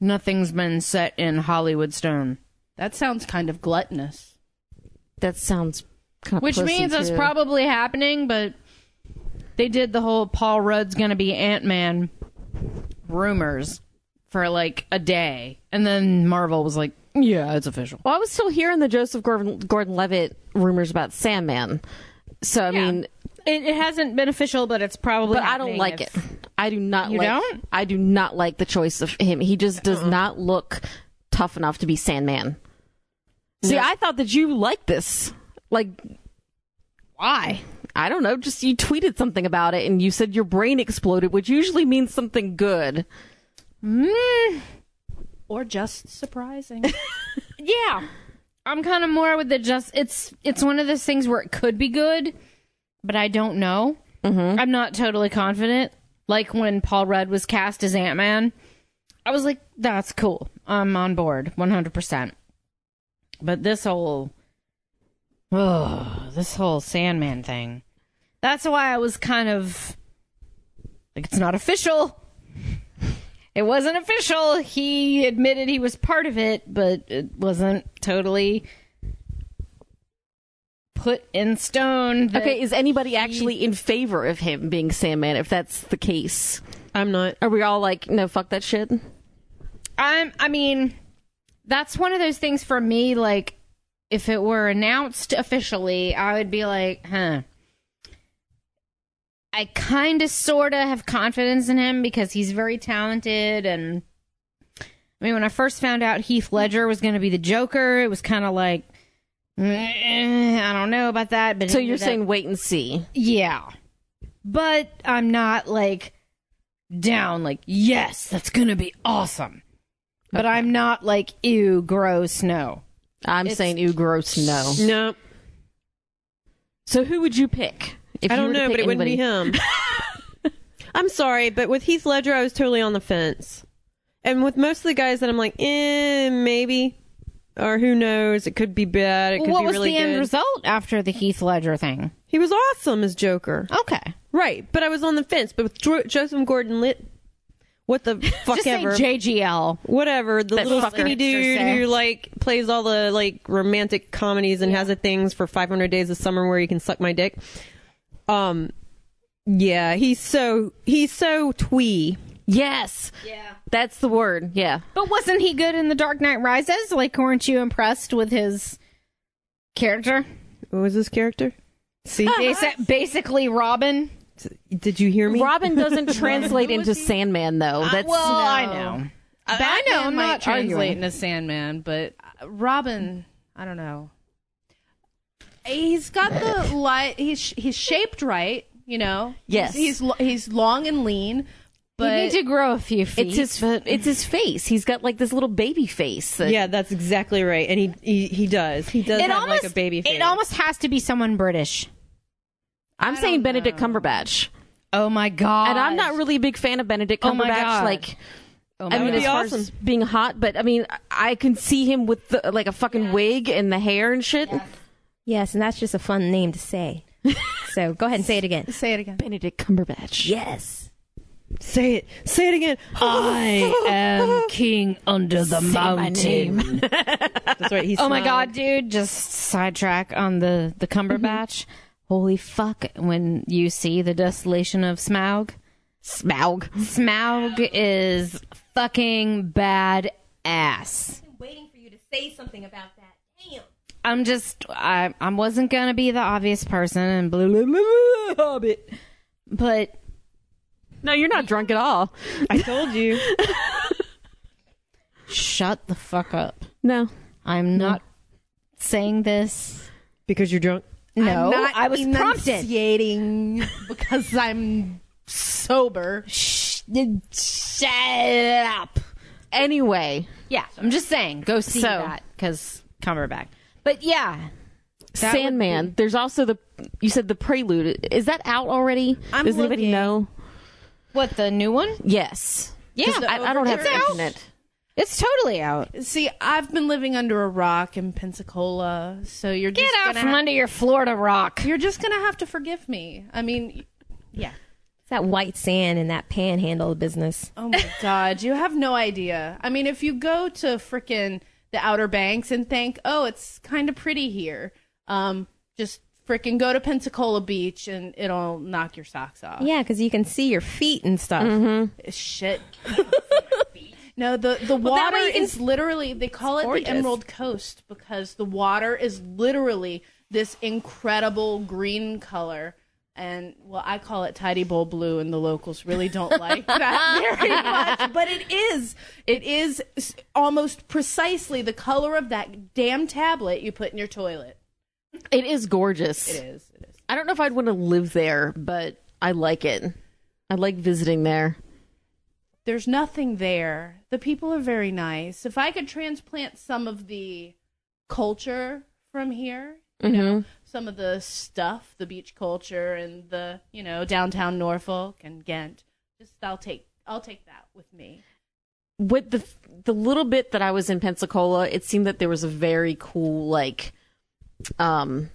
S6: nothing's been set in Hollywood stone.
S1: That sounds kind of gluttonous.
S2: That sounds kind
S6: Which means it's probably happening, but they did the whole Paul Rudd's going to be Ant Man rumors for like a day. And then Marvel was like, yeah, it's official.
S2: Well, I was still hearing the Joseph Gordon Levitt rumors about Sandman. So, I mean,
S6: it, it hasn't been official, but it's probably.
S2: But I don't
S6: happening
S2: like
S6: if-
S2: it. I do not
S6: You
S2: like
S6: don't? Uh-uh.
S2: I do not like the choice of him. He just does not look tough enough to be Sandman. See, I thought that you liked this. Like
S6: why?
S2: I don't know, just you tweeted something about it and you said your brain exploded, which usually means something good.
S6: Mm.
S1: Or just
S6: *laughs*
S1: surprising.
S6: Yeah. I'm kind of more with the just it's it's one of those things where it could be good, but I don't know. I'm not totally confident. Like when Paul Rudd was cast as Ant Man, I was like, "That's cool. I'm on board 100." percent But this whole, oh, this whole Sandman thing. That's why I was kind of like, it's not official. *laughs* It wasn't official. He admitted he was part of it, but it wasn't totally put in stone. that
S2: okay, is anybody actually in favor of him being Sandman if that's the case?
S8: I'm not.
S2: Are we all like, no, fuck that shit?
S6: I'm I mean that's one of those things for me like if it were announced officially I would be like, "Huh." I kind of sort of have confidence in him because he's very talented and I mean when I first found out Heath Ledger was going to be the Joker, it was kind of like "Eh, I don't know about that, but it
S2: So
S6: ended
S2: you're
S6: up-
S2: saying wait and see.
S6: yeah. But I'm not like down, like, yes, that's going to be awesome. But I'm not like, ew, gross, no.
S2: I'm
S6: It's-
S2: saying ew, gross,
S8: *sniffs*
S2: no.
S8: No.
S2: So who would you pick?
S8: I
S2: you
S8: don't
S2: were to
S8: know,
S2: pick
S8: but it wouldn't be him.
S2: anybody?
S6: *laughs*
S8: I'm sorry, but with Heath Ledger, I was totally on the fence. And with most of the guys that I'm like, eh, maybe, or who knows, it could be bad. It could
S6: What
S8: be
S6: was
S8: really
S6: the end
S8: good.
S6: result after the Heath Ledger thing?
S8: He was awesome as Joker.
S6: Okay.
S8: Right, but I was on the fence. But with jo- Joseph Gordon Lit, what the
S6: *laughs*
S8: fuck
S6: Just
S8: ever,
S6: say JGL.
S8: whatever, the
S6: That
S8: little
S6: fucker.
S8: skinny dude
S6: Hipster
S8: who
S6: sex.
S8: like plays all the like romantic comedies and has a things for 500 Days of Summer where you can suck my dick. Um, yeah, he's so he's so twee.
S2: Yes. Yeah. That's the word. Yeah.
S6: But wasn't he good in The Dark Knight Rises? Like, weren't you impressed with his character?
S8: What was his character?
S6: *laughs*
S8: See,
S6: Basi- basically, Robin.
S8: did you hear me? *laughs*
S2: Robin doesn't translate into Sandman though. That's
S6: well, I know. I know. I'm
S1: might
S6: not
S1: translate
S6: arguing.
S1: into Sandman, but uh, Robin, I don't know. Uh, He's got the light. He's sh- he's shaped right, you know.
S2: Yes.
S1: he's he's, lo- he's long and lean, but
S6: you need to grow a few feet.
S2: It's his it's his face. He's got like this little baby face. that-
S8: Yeah, that's exactly right. And he he, he does. He does
S6: It
S8: have
S6: almost,
S8: like a baby face.
S6: it almost has to be someone British.
S2: I'm saying Benedict Cumberbatch.
S6: Oh my god!
S2: And I'm not really a big fan of Benedict
S6: Oh my
S2: Cumberbatch
S6: God.
S2: like
S6: Oh my
S2: I mean,
S6: God.
S2: as far as being hot, but I mean, I- I can see him with the, like a fucking wig and the hair and shit.
S13: Yes, and that's just a fun name to say. so go ahead and say it again.
S1: say it again.
S2: Benedict Cumberbatch.
S13: Yes.
S8: Say it. Say it again.
S6: *gasps*
S10: I am king under the
S8: Say my
S10: mountain.
S8: name. That's right. He
S10: oh my
S8: smiled.
S10: god, dude! Just sidetrack on the the Cumberbatch. Holy fuck! When you see the desolation of Smaug, Smaug, Smaug is fucking badass.
S5: waiting for you to say something about that. Damn.
S10: I'm just I I wasn't gonna be the obvious person and blah blah blah, blah, blah hobbit, but
S2: no, you're not drunk at all.
S8: I told you.
S10: Shut the fuck up.
S2: No,
S10: I'm not saying this
S8: because you're drunk.
S10: No,
S1: not
S10: I was prompted.
S1: enunciating because I'm sober.
S10: Shh, shut up. Anyway, yeah, I'm just saying, go see
S2: So-
S10: that because Cumberbatch. But yeah, that would
S2: Sandman.
S10: be-
S2: There's also the you said the prelude. Is that out already?
S10: I'm
S2: Does anybody
S10: looking.
S2: know?
S10: What the new one?
S2: Yes.
S10: Yeah,
S2: 'Cause I, I don't have
S10: it's out.
S2: internet.
S10: It's totally out.
S1: See, I've been living under a rock in Pensacola, so you're
S10: Get
S1: just
S10: out
S1: gonna
S10: from
S1: ha-
S10: under your Florida rock.
S1: You're just gonna have to forgive me. I mean, yeah.
S6: It's that white sand and that panhandle business.
S1: Oh my god, you have no idea. I mean, if you go to frickin' the Outer Banks and think, oh, it's kind of pretty here, um, just frickin' go to Pensacola Beach and it'll knock your socks off.
S6: Yeah, because you can see your feet and stuff.
S10: Mm-hmm.
S6: *laughs*
S1: Shit. No, the the
S6: Well, that
S1: water
S6: way you can-
S1: is literally they call it
S6: gorgeous.
S1: the Emerald Coast because the water is literally this incredible green color. And well, I call it tidy bowl blue, and the locals really
S6: *laughs*
S1: don't like that very much. But it is, it is s- almost precisely the color of that damn tablet you put in your toilet.
S2: It is gorgeous.
S1: It is. It is.
S2: I don't know if I'd want to live there, but I like it. I like visiting there.
S1: There's nothing there. The people are very nice. If I could transplant some of the culture from here,
S2: hmm
S1: some of the stuff, the beach culture and the, you know, downtown Norfolk and Ghent. Just I'll take I'll take that with me.
S2: What the the little bit that I was in Pensacola, it seemed that there was a very cool like um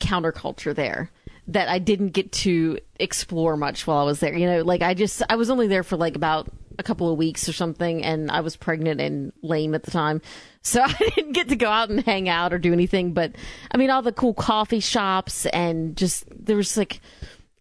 S2: counterculture there that I didn't get to explore much while I was there. You know, like I just I was only there for like about a couple of weeks or something and I was pregnant and lame at the time. So *laughs* I didn't get to go out and hang out or do anything, but I mean all the cool coffee shops and just there was like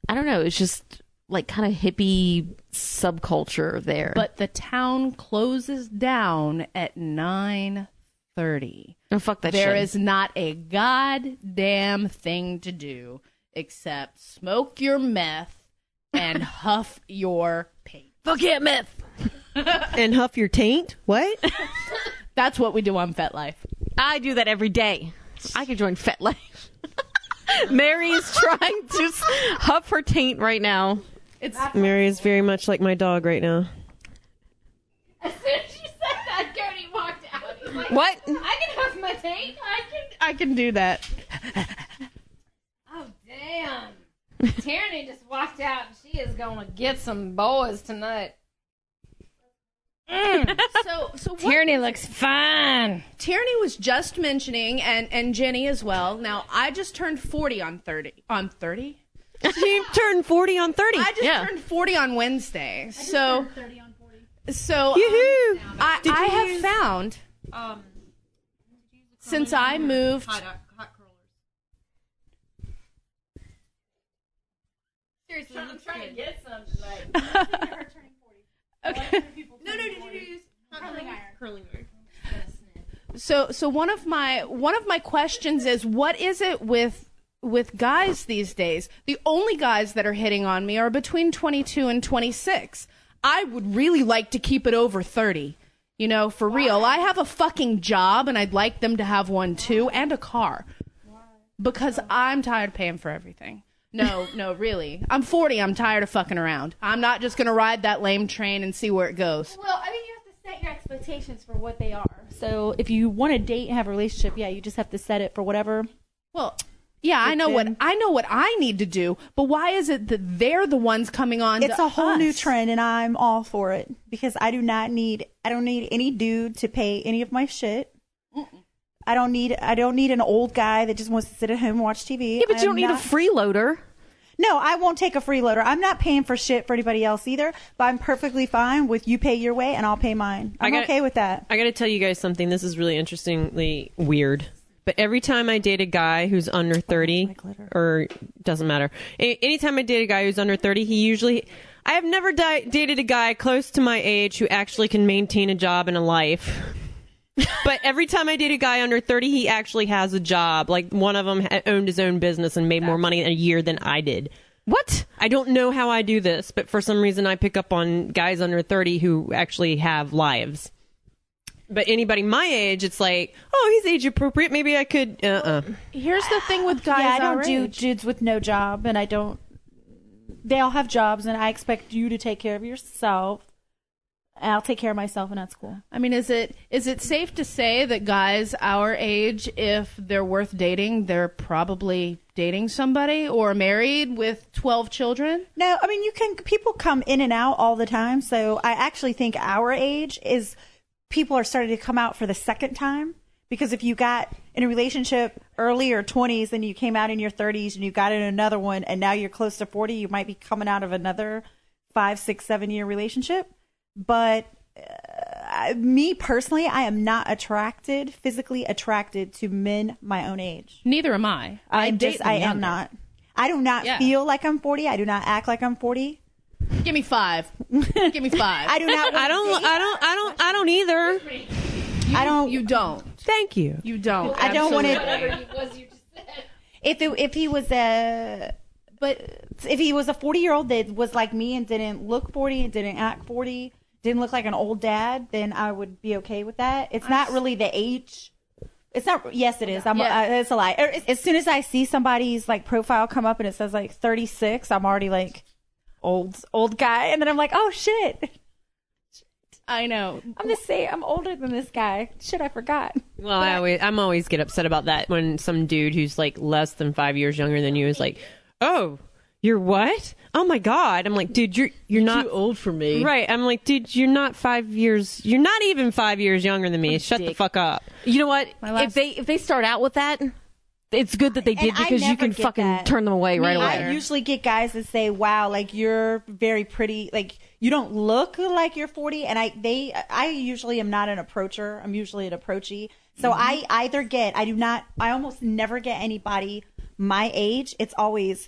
S2: I don't know, it's just like kind of hippie subculture there.
S1: But the town closes down at 9:30.
S2: oh, fuck that
S1: There
S2: shit.
S1: is not a goddamn thing to do except smoke your meth and huff your paint.
S2: fuck yeah, *laughs* myth.
S8: and huff your taint. What?
S1: That's what we do on FetLife.
S2: I do that every day. I could join FetLife. Mary is trying to s- huff her taint right now.
S1: It's
S8: Mary is very much like my dog right now.
S5: *laughs* As soon as she said that, Cody walked out. He's like,
S2: What?
S5: I can have my tank. I can.
S1: I can do that.
S5: Oh
S6: *laughs*
S5: damn! Tierney just walked out, and she is gonna get some boys tonight.
S1: *laughs* So so what
S10: Tierney looks fine.
S1: Tierney was just mentioning, and and Jenny as well. Now I just turned forty on thirty on thirty.
S8: She turned forty on thirty.
S1: I just
S2: Yeah.
S1: turned forty on Wednesday. so
S5: Thirty on forty.
S1: so um,
S8: Yoo-hoo.
S1: I
S8: Did
S1: I
S8: you
S1: have
S8: use-
S1: found
S5: Um,
S1: since I moved.
S5: hot, hot curlers. Seriously, I'm trying to get some tonight.
S1: Okay.
S5: No, no, did you use curling iron? Curling iron.
S1: So so one of my one of my questions is what is it with with guys these days? The only guys that are hitting on me are between 22 and 26. I would really like to keep it over 30. You know, for real. I have a fucking job and I'd like them to have one too and a car. Because I'm tired of paying for everything. No, no, really. I'm 40. I'm tired of fucking around. I'm not just going to ride that lame train and see where it goes.
S5: Well, I mean, you have to set your expectations for what they are.
S3: So if you want to date and have a relationship, yeah, you just have to set it for whatever.
S1: Well, yeah, I know what
S3: then-
S1: I know what I need to do, but why is it that they're the ones coming on?
S3: It's
S1: to
S3: a whole new
S1: us?
S3: trend, and I'm all for it because I do not need I don't need any dude to pay any of my shit. I don't need I don't need an old guy that just wants to sit at home and watch TV.
S2: Yeah, but
S3: I
S2: you
S3: am
S2: don't need a
S3: not-
S2: freeloader.
S3: No, I won't take a freeloader. I'm not paying for shit for anybody else either, but I'm perfectly fine with you pay your way and I'll pay mine.
S8: I
S3: I'm
S8: got-
S3: okay with that.
S8: I got to tell you guys something. This is really interestingly weird. But every time I date a guy who's under 30, or doesn't matter, a- anytime I date a guy who's under 30, he usually. I have never di- dated a guy close to my age who actually can maintain a job and a life. but every time I date a guy under 30, he actually has a job. Like one of them ha- owned his own business and made more money in a year than I did. What? I don't know how I do this, but for some reason I pick up on guys under 30 who actually have lives but anybody my age, it's like, oh, he's age appropriate. Maybe I could. Uh. uh
S1: Here's the thing with guys.
S3: *sighs* yeah, I
S1: our
S3: don't do
S1: age.
S3: dudes with no job, and I don't. They all have jobs, and I expect you to take care of yourself. And I'll take care of myself, and that's cool.
S1: I mean, is it is it safe to say that guys our age, if they're worth dating, they're probably dating somebody or married with twelve children?
S3: No, I mean you can. People come in and out all the time, so I actually think our age is people are starting to come out for the second time because if you got in a relationship earlier 20s then you came out in your 30s and you got in another one and now you're close to 40 you might be coming out of another five six seven year relationship but uh, I- me personally, I am not attracted, physically attracted to men my own age.
S1: Neither am I. I
S3: I'm
S1: date
S3: just,
S1: them
S3: I am
S1: younger.
S3: not. I do not
S1: Yeah.
S3: feel like I'm 40. I do not act like I'm 40.
S1: Give me five. Give me five.
S3: *laughs* I
S1: *laughs*
S3: do not.
S8: I don't. I don't. I don't. I don't either.
S3: I don't.
S1: You don't.
S8: Thank you.
S1: You don't.
S3: I don't want
S1: Absolutely.
S3: to. If it, if he was a, but if he was a 40 year old that was like me and didn't look 40 and didn't act 40, didn't look like an old dad, then I would be okay with that. It's not really the age. It's not. Yes, it is. I'm.
S1: Yeah.
S3: I, it's a lie. Er, As, as soon as I see somebody's like profile come up and it says like 36, I'm already like old old guy, and then I'm like, oh shit,
S1: I know.
S3: I'm the same. I'm older than this guy. Shit, I forgot.
S8: Well, I always. I'm always get upset about that when some dude who's like less than five years younger than you is like, oh. You're what? Oh my god! I'm like, dude, you're you're not
S16: too old for me.
S8: Right? I'm like, dude, you're not five years. You're not even five years younger than me. Shut the fuck up.
S2: You know what? If they if they start out with that, it's good that they did
S3: And I
S2: because you
S3: never
S2: can
S3: get
S2: fucking
S3: that.
S2: turn them away right away.
S3: I usually get guys that say, "Wow, like you're very pretty. Like you don't look like you're 40." And I they I usually am not an approacher. I'm usually an approachee. So
S4: Mhm.
S2: Mm-hmm.
S3: I either get I do not I almost never get anybody my age. It's always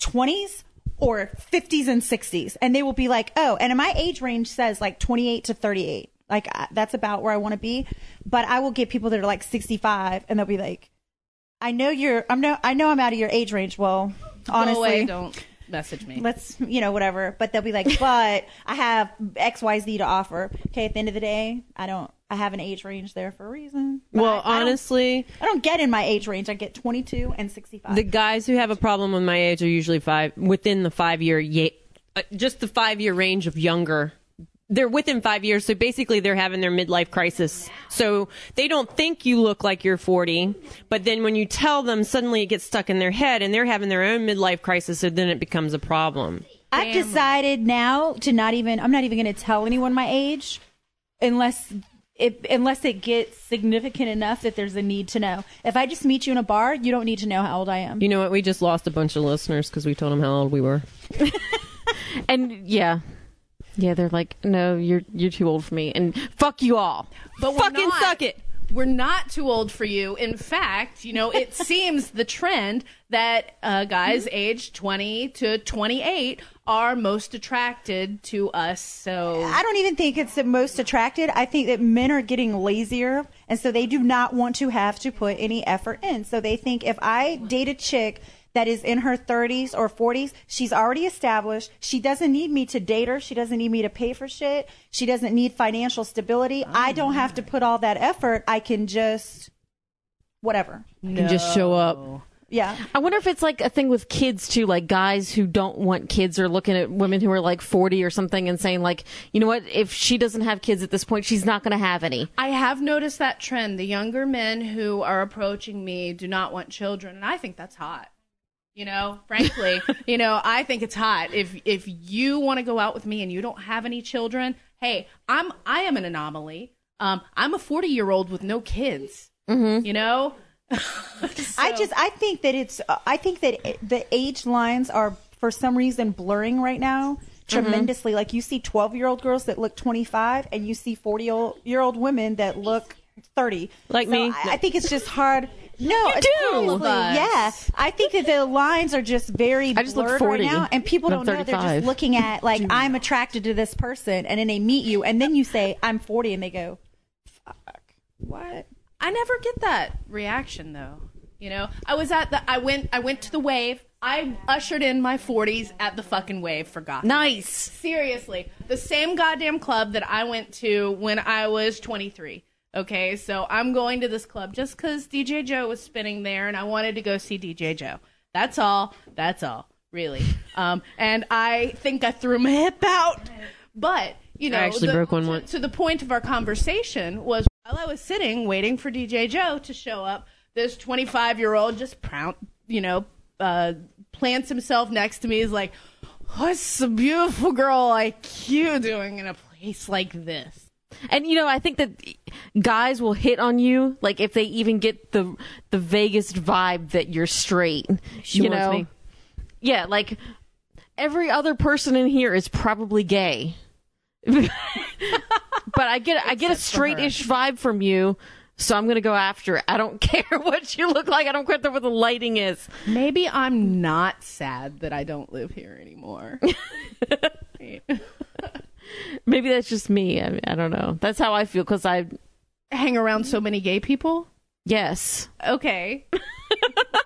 S3: 20s or 50s and 60s. And they will be like, "Oh, and my age range says like 28 to 38." Like I- that's about where I want to be. But I will get people that are like 65 and they'll be like, I know you're. I'm no. I know I'm out of your age range. Well, honestly,
S1: Go away, don't message me.
S3: Let's you know whatever. But they'll
S1: *laughs*
S3: be like, but I have X Y Z to offer. Okay, at the end of the day, I don't. I have an age range there for a reason.
S8: Well, honestly,
S3: I don't get in my age range. I get 22 and 65.
S8: The guys who have a problem with my age are usually five within the five year, ye- uh, just the five year range of younger. They're within five years, so basically they're having their midlife crisis. So they don't think you look like you're 40, but then when you tell them, suddenly it gets stuck in their head, and they're having their own midlife crisis, so then it becomes a problem.
S3: I've decided now to not even. I'm not even going to tell anyone my age, unless it unless it gets significant enough that there's a need to know. If I just meet you in a bar, you don't need to know how old I am.
S8: You know what? We just lost a bunch of listeners because we told them how old we were.
S2: and yeah, yeah, they're like, no, you're you're too old for me, and fuck you all.
S1: But we're
S2: fucking
S1: not,
S2: suck it.
S1: We're not too old for you. In fact, you know, it seems the trend that uh, guys aged 20 to 28 are most attracted to us. So
S3: I don't even think it's the most attracted. I think that men are getting lazier, and so they do not want to have to put any effort in. So they think if I date a chick that is in her 30s or 40s, she's already established. She doesn't need me to date her. She doesn't need me to pay for shit. She doesn't need financial stability. I don't have to put all that effort. I can just whatever.
S2: And just show up.
S3: Yeah.
S2: I wonder if it's like a thing with kids too, like guys who don't want kids are looking at women who are like 40 or something and saying like, you know what, if she doesn't have kids at this point, she's not going to have any.
S1: I have noticed that trend. The younger men who are approaching me do not want children, and I think that's hot. You know,
S3: *laughs*
S1: frankly, you know, I think it's hot. If if you want to go out with me and you don't have any children, hey, I'm
S3: *laughs*
S1: I am an anomaly. Um, I'm a 40 year old with no kids. You know,
S3: Mm-hmm.
S1: *laughs*
S3: I just I think that it's I think that it- the age lines are for some reason blurring right now
S2: Mm-hmm.
S3: tremendously. Like you see 12 year old girls that look 25 and you see 40 year old women that look 30.
S2: Like me?
S3: I, I think it's
S2: *laughs*
S3: just hard. No,
S2: You
S3: it's
S2: do.
S3: probably-
S2: But-
S3: Yeah, I think that the lines are just very
S2: I just look
S3: blurred
S2: 40,
S3: right now, and people
S2: and
S3: don't
S2: I'm
S3: know. They're
S2: 35.
S3: just
S2: *laughs*
S3: looking at like I'm attracted to this person, and then they meet you, and then you say I'm 40, and they go, "Fuck, what?"
S1: I never get that reaction though. You know, I was at the I went I went to the wave. I ushered in my 40s at the fucking wave for Gotham.
S2: Nice.
S1: Seriously, the same goddamn club that I went to when I was 23. Okay, so I'm going to this club just cuz DJ Joe was spinning there and I wanted to go see DJ Joe. That's all. That's all. Really. Um and I think I threw my hip out. But, you know,
S8: I actually
S1: the-
S8: broke one once.
S1: to the point of our conversation was while I was sitting waiting for DJ Joe to show up, this 25 year old just proun you know, uh, plants himself next to me. Is like, what's a beautiful girl like you doing in a place like this?
S2: And you know, I think that guys will hit on you like if they even get the the vaguest vibe that you're straight.
S8: She
S2: you
S8: wants
S2: know?
S8: me.
S2: Yeah, like every other person in here is probably gay. *laughs* but I get I get a straightish vibe from you, so I'm gonna go after it. I don't *laughs* care what you look like. I don't care what the lighting is.
S1: Maybe I'm not sad that I don't live here anymore. *laughs*
S2: Maybe that's just me. I, I don't know. That's how I feel because I
S1: hang around so many gay people.
S2: Yes.
S1: Okay.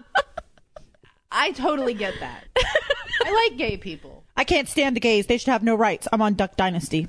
S1: *laughs* I totally get that. I like gay people.
S3: I can't stand the gays. They should have no rights. I'm on Duck Dynasty.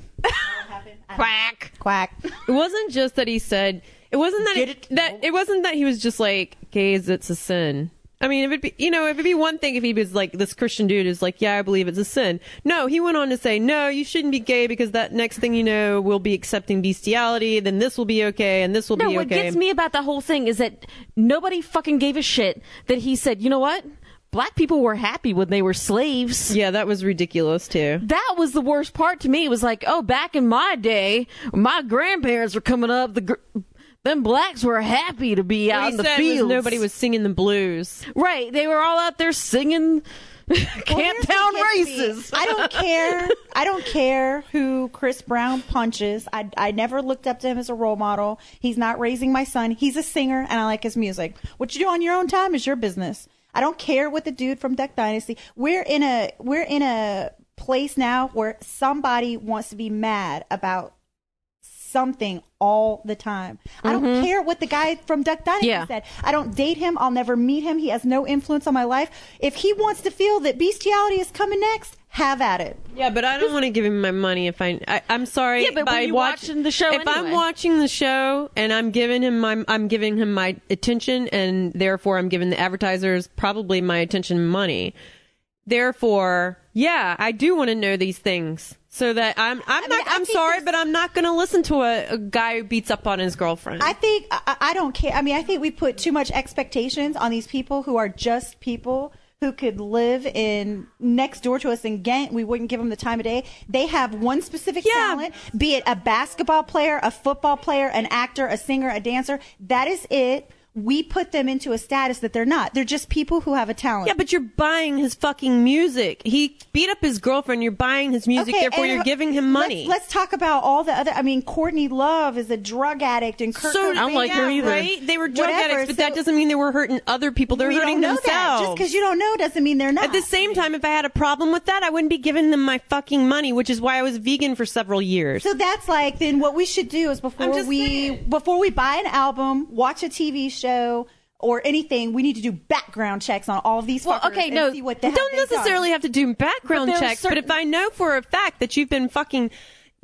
S8: Quack.
S3: Quack.
S8: It wasn't just that he said it wasn't that it, that it wasn't that he was just like gays it's a sin. I mean, if it be you know, if it'd be one thing if he was like this Christian dude is like, yeah, I believe it's a sin. No, he went on to say, no, you shouldn't be gay because that next thing you know, we'll be accepting bestiality. Then this will be okay, and this will
S2: no,
S8: be
S2: what
S8: okay.
S2: gets me about the whole thing is that nobody fucking gave a shit that he said, you know what? Black people were happy when they were slaves.
S8: Yeah, that was ridiculous too.
S2: That was the worst part to me. It was like, oh, back in my day, my grandparents were coming up. The gr- them blacks were happy to be
S8: What
S2: out
S8: he
S2: in the
S8: said was
S2: fields.
S8: nobody was singing the blues.
S2: right. They were all out there singing. *laughs*
S3: Can't
S2: pound
S3: races. I don't care. I don't care who Chris Brown punches. I, I never looked up to him as a role model. He's not raising my son. He's a singer, and I like his music. What you do on your own time is your business. I don't care what the dude from Duck Dynasty. We're in a we're in a place now where somebody wants to be mad about something all the time. I don't care what the guy from Duck Dynasty
S2: Yeah.
S3: said. I don't date him. I'll never meet him. He has no influence on my life. If he wants to feel that bestiality is coming next, have at it.
S8: Yeah, but I don't want to give him my money if I. I I'm sorry.
S3: Yeah, but
S8: by
S3: were you
S8: watch-
S3: watching the show
S8: If I'm
S3: anyway?
S8: watching the show and I'm giving him my, I'm giving him my attention, and therefore I'm giving the advertisers probably my attention and money. Therefore, yeah, I do want to know these things so that I'm. I'm not. I'm sorry, but I'm not going to listen to a, a guy who beats up on his girlfriend.
S3: I think I, I don't care. I mean, I think we put too much expectations on these people who are just people who could live in next door to us in Ghent. We wouldn't give them the time of day. They have one specific talent, be it a basketball player, a football player, an actor, a singer, a dancer. That is it. We put them into a status that they're not. They're just people who have a talent.
S8: yeah, but you're buying his fucking music. He beat up his girlfriend. You're buying his music. therefore,
S3: and
S8: you're
S3: h-
S8: giving
S3: let's-
S8: him money.
S3: Let's, talk about all the other. I mean, Courtney Love is a drug addict, and Kurt
S8: so
S3: Cobain-
S8: I don't like her either. Right? They were drug
S3: Whatever,
S8: addicts, but
S3: so-
S8: that doesn't mean they were hurting other people. They're
S3: We
S8: hurting
S3: don't know that.
S8: themselves.
S3: Just 'cause you don't know doesn't mean they're not.
S8: At the same time, if I had a problem with that, I wouldn't be giving them my fucking money, which is why I was vegan for several years.
S3: So that's like then what we should do is before we before we buy an album, watch a TV show or anything, we need to do background checks on all of these fuckers
S8: okay,
S3: and
S8: no,
S3: see what the hell
S8: don't
S3: they've done.
S8: necessarily have to do background
S3: But there are
S8: checks,
S3: certain-
S8: but if I know for a fact that you've been fucking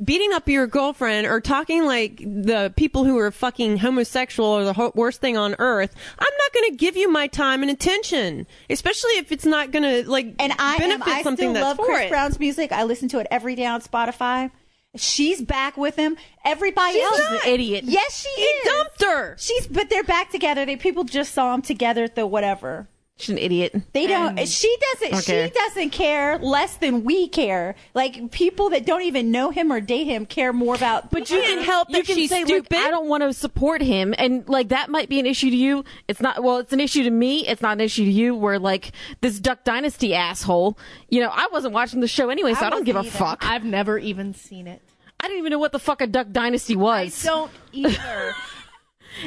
S8: beating up your girlfriend or talking like the people who are fucking homosexual or the ho- worst thing on earth, I'm not going to give you my time and attention, especially if it's not going to like
S3: and I am-
S8: benefit
S3: I still
S8: something that's
S3: love
S8: for
S3: Chris
S8: it.
S3: Brown's music. I listen to it every day on Spotify. She's back with him. Everybody
S8: She's
S3: else
S8: not. She's an idiot.
S3: Yes, she
S8: He
S3: is.
S8: dumped her.
S3: She's but they're back together. They people just saw them together through whatever.
S2: She's an idiot.
S3: They don't. she doesn't.
S2: Okay.
S3: She doesn't care less than we care. Like people that don't even know him or date him care more about. But
S2: you can help you can say, Look, I don't want to support him, and like that might be an issue to you. It's not. Well, it's an issue to me. It's not an issue to you. Where like this Duck Dynasty asshole. You know, I wasn't watching the show anyway, so I, don't give a fuck.
S1: I've never even seen it.
S2: I didn't even know what the fuck a Duck Dynasty was.
S1: Don't
S2: *laughs*
S1: either.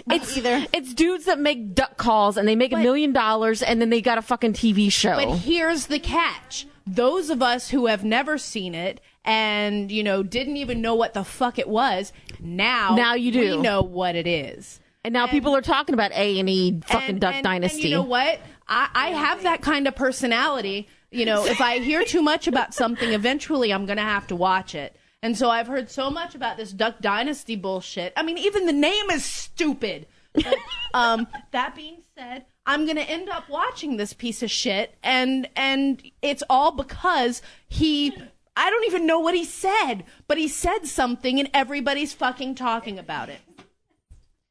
S2: it's either. It's dudes that make duck calls and they make a million dollars and then they got a fucking TV show.
S1: But here's the catch. Those of us who have never seen it and, you know, didn't even know what the fuck it was, now
S2: Now you do.
S1: we know what it is.
S2: and now people are talking about A and E fucking
S1: And-
S2: Duck
S1: and-
S2: Dynasty.
S1: And you know what? I, I have that kind of personality. You know, if I hear too much about something, eventually I'm going to have to watch it. And so I've heard so much about this Duck Dynasty bullshit. I mean, even the name is stupid.
S3: *laughs*
S1: But, um, that being said, I'm going to end up watching this piece of shit, and and it's all because he. I don't even know what he said, but he said something, and everybody's fucking talking about it.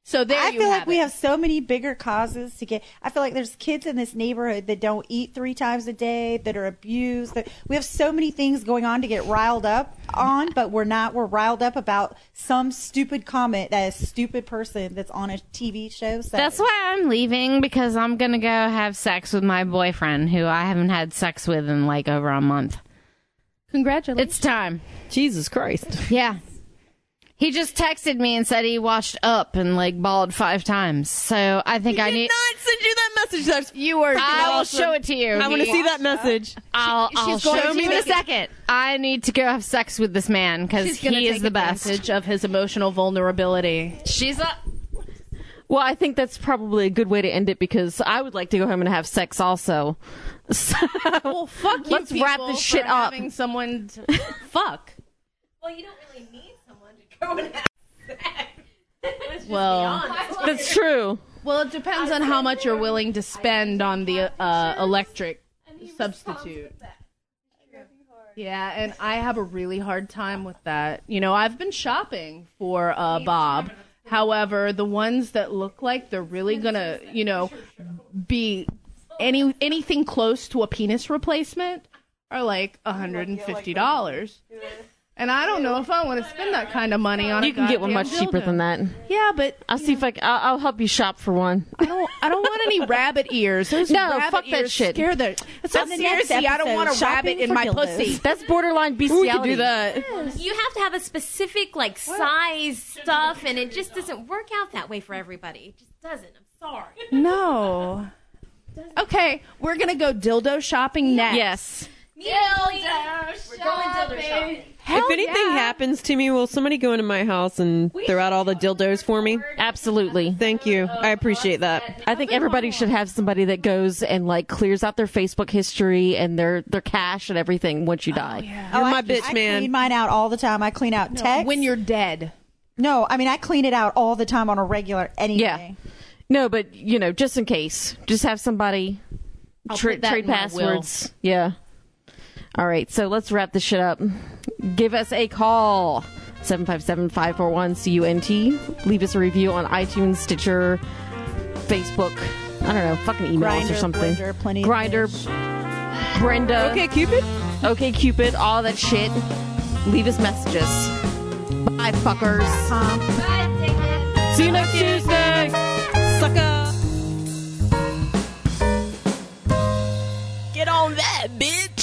S1: So there
S3: I
S1: you
S3: feel
S1: have
S3: like we
S1: it.
S3: have so many bigger causes to get. I feel like there's kids in this neighborhood that don't eat three times a day, that are abused. That we have so many things going on to get riled up on, but we're not. We're riled up about some stupid comment that a stupid person that's on a TV show says.
S10: That's why I'm leaving because I'm gonna go have sex with my boyfriend who I haven't had sex with in like over a month.
S1: Congratulations.
S10: It's time.
S8: Jesus Christ.
S10: Yeah. He just texted me and said he washed up and like balled five times. So I think I need
S8: not send you that message. That's
S1: you were.
S10: I will
S8: awesome.
S10: show it to you.
S8: I want to
S10: He-
S8: see that message.
S10: I'll,
S8: She-
S10: I'll
S8: she's going
S10: show
S8: to
S10: me in a
S8: take it.
S10: second. I need to go have sex with this man because
S1: She's gonna
S10: he is
S1: take
S10: the best.
S1: advantage of his emotional vulnerability.
S10: She's up.
S2: Well, I think that's probably a good way to end it because I would like to go home and have sex also. *laughs* So,
S1: Well, fuck you.
S2: Let's wrap
S1: people
S2: this shit
S1: for
S2: up.
S1: Having someone to fuck.
S5: Well, you don't really need someone to go and have sex. Let's just be
S1: Well,
S5: honest.
S2: true.
S1: Well, it depends on how much you're willing to spend on the uh, electric substitute. Yeah, and I have a really hard time with that. You know, I've been shopping for uh, Bob. However, the ones that look like they're really gonna, you know, be any anything close to a penis replacement are like hundred and fifty dollars. And I don't know if I want to spend that kind of money on.
S2: you
S1: a
S2: can get one
S1: goddamn
S2: much cheaper
S1: dildo.
S2: than that.
S1: Yeah, but
S2: I'll see if I. will I'll help you shop for *laughs* one.
S1: I don't. I don't want any rabbit ears. Those
S2: No,
S1: rabbit
S2: fuck that
S1: ears
S2: shit.
S1: Scare the. So
S3: on the next
S1: seriously, I don't
S3: episode,
S1: want a
S3: shopping
S1: rabbit in
S3: for
S1: my
S3: dildos.
S1: pussy.
S2: That's borderline bestiality.
S6: You have to have a specific like size stuff, and it just doesn't work out that way for everybody. It just doesn't. I'm sorry.
S1: No. Okay, we're gonna go dildo shopping next.
S2: Yes.
S5: Dildo We're going dildo shopping.
S1: Hell
S8: if anything
S1: yeah.
S8: happens to me, will somebody go into my house and throw out all the dildos for me?
S2: Absolutely.
S8: Thank you. I appreciate that.
S2: I think everybody should have somebody that goes and like clears out their Facebook history and their their cash and everything once you die.
S8: You're
S3: Oh,
S8: my
S3: I,
S8: bitch,
S3: I
S8: man.
S3: clean mine out all the time. I clean out text.
S1: When you're dead.
S3: no, I mean I clean it out all the time on a regular anyway.
S2: Yeah. No, but you know, just in case, just have somebody
S1: I'll
S2: tra-
S1: put that
S2: trade
S1: in my will.
S2: passwords. Yeah. All right, so let's wrap this shit up. Give us a call. 757-541-CUNT. Leave us a review on iTunes, Stitcher, Facebook. I don't know, fucking emails
S3: Grindr,
S2: or something.
S3: Blender, plenty of
S2: Grinder,
S3: fish.
S2: Brenda.
S8: Okay, Cupid.
S2: Okay, Cupid, all that shit. Leave us messages. Bye, fuckers.
S5: Bye, dickhead.
S2: See you next Tuesday.
S8: Sucker.
S17: Get on that, bitch!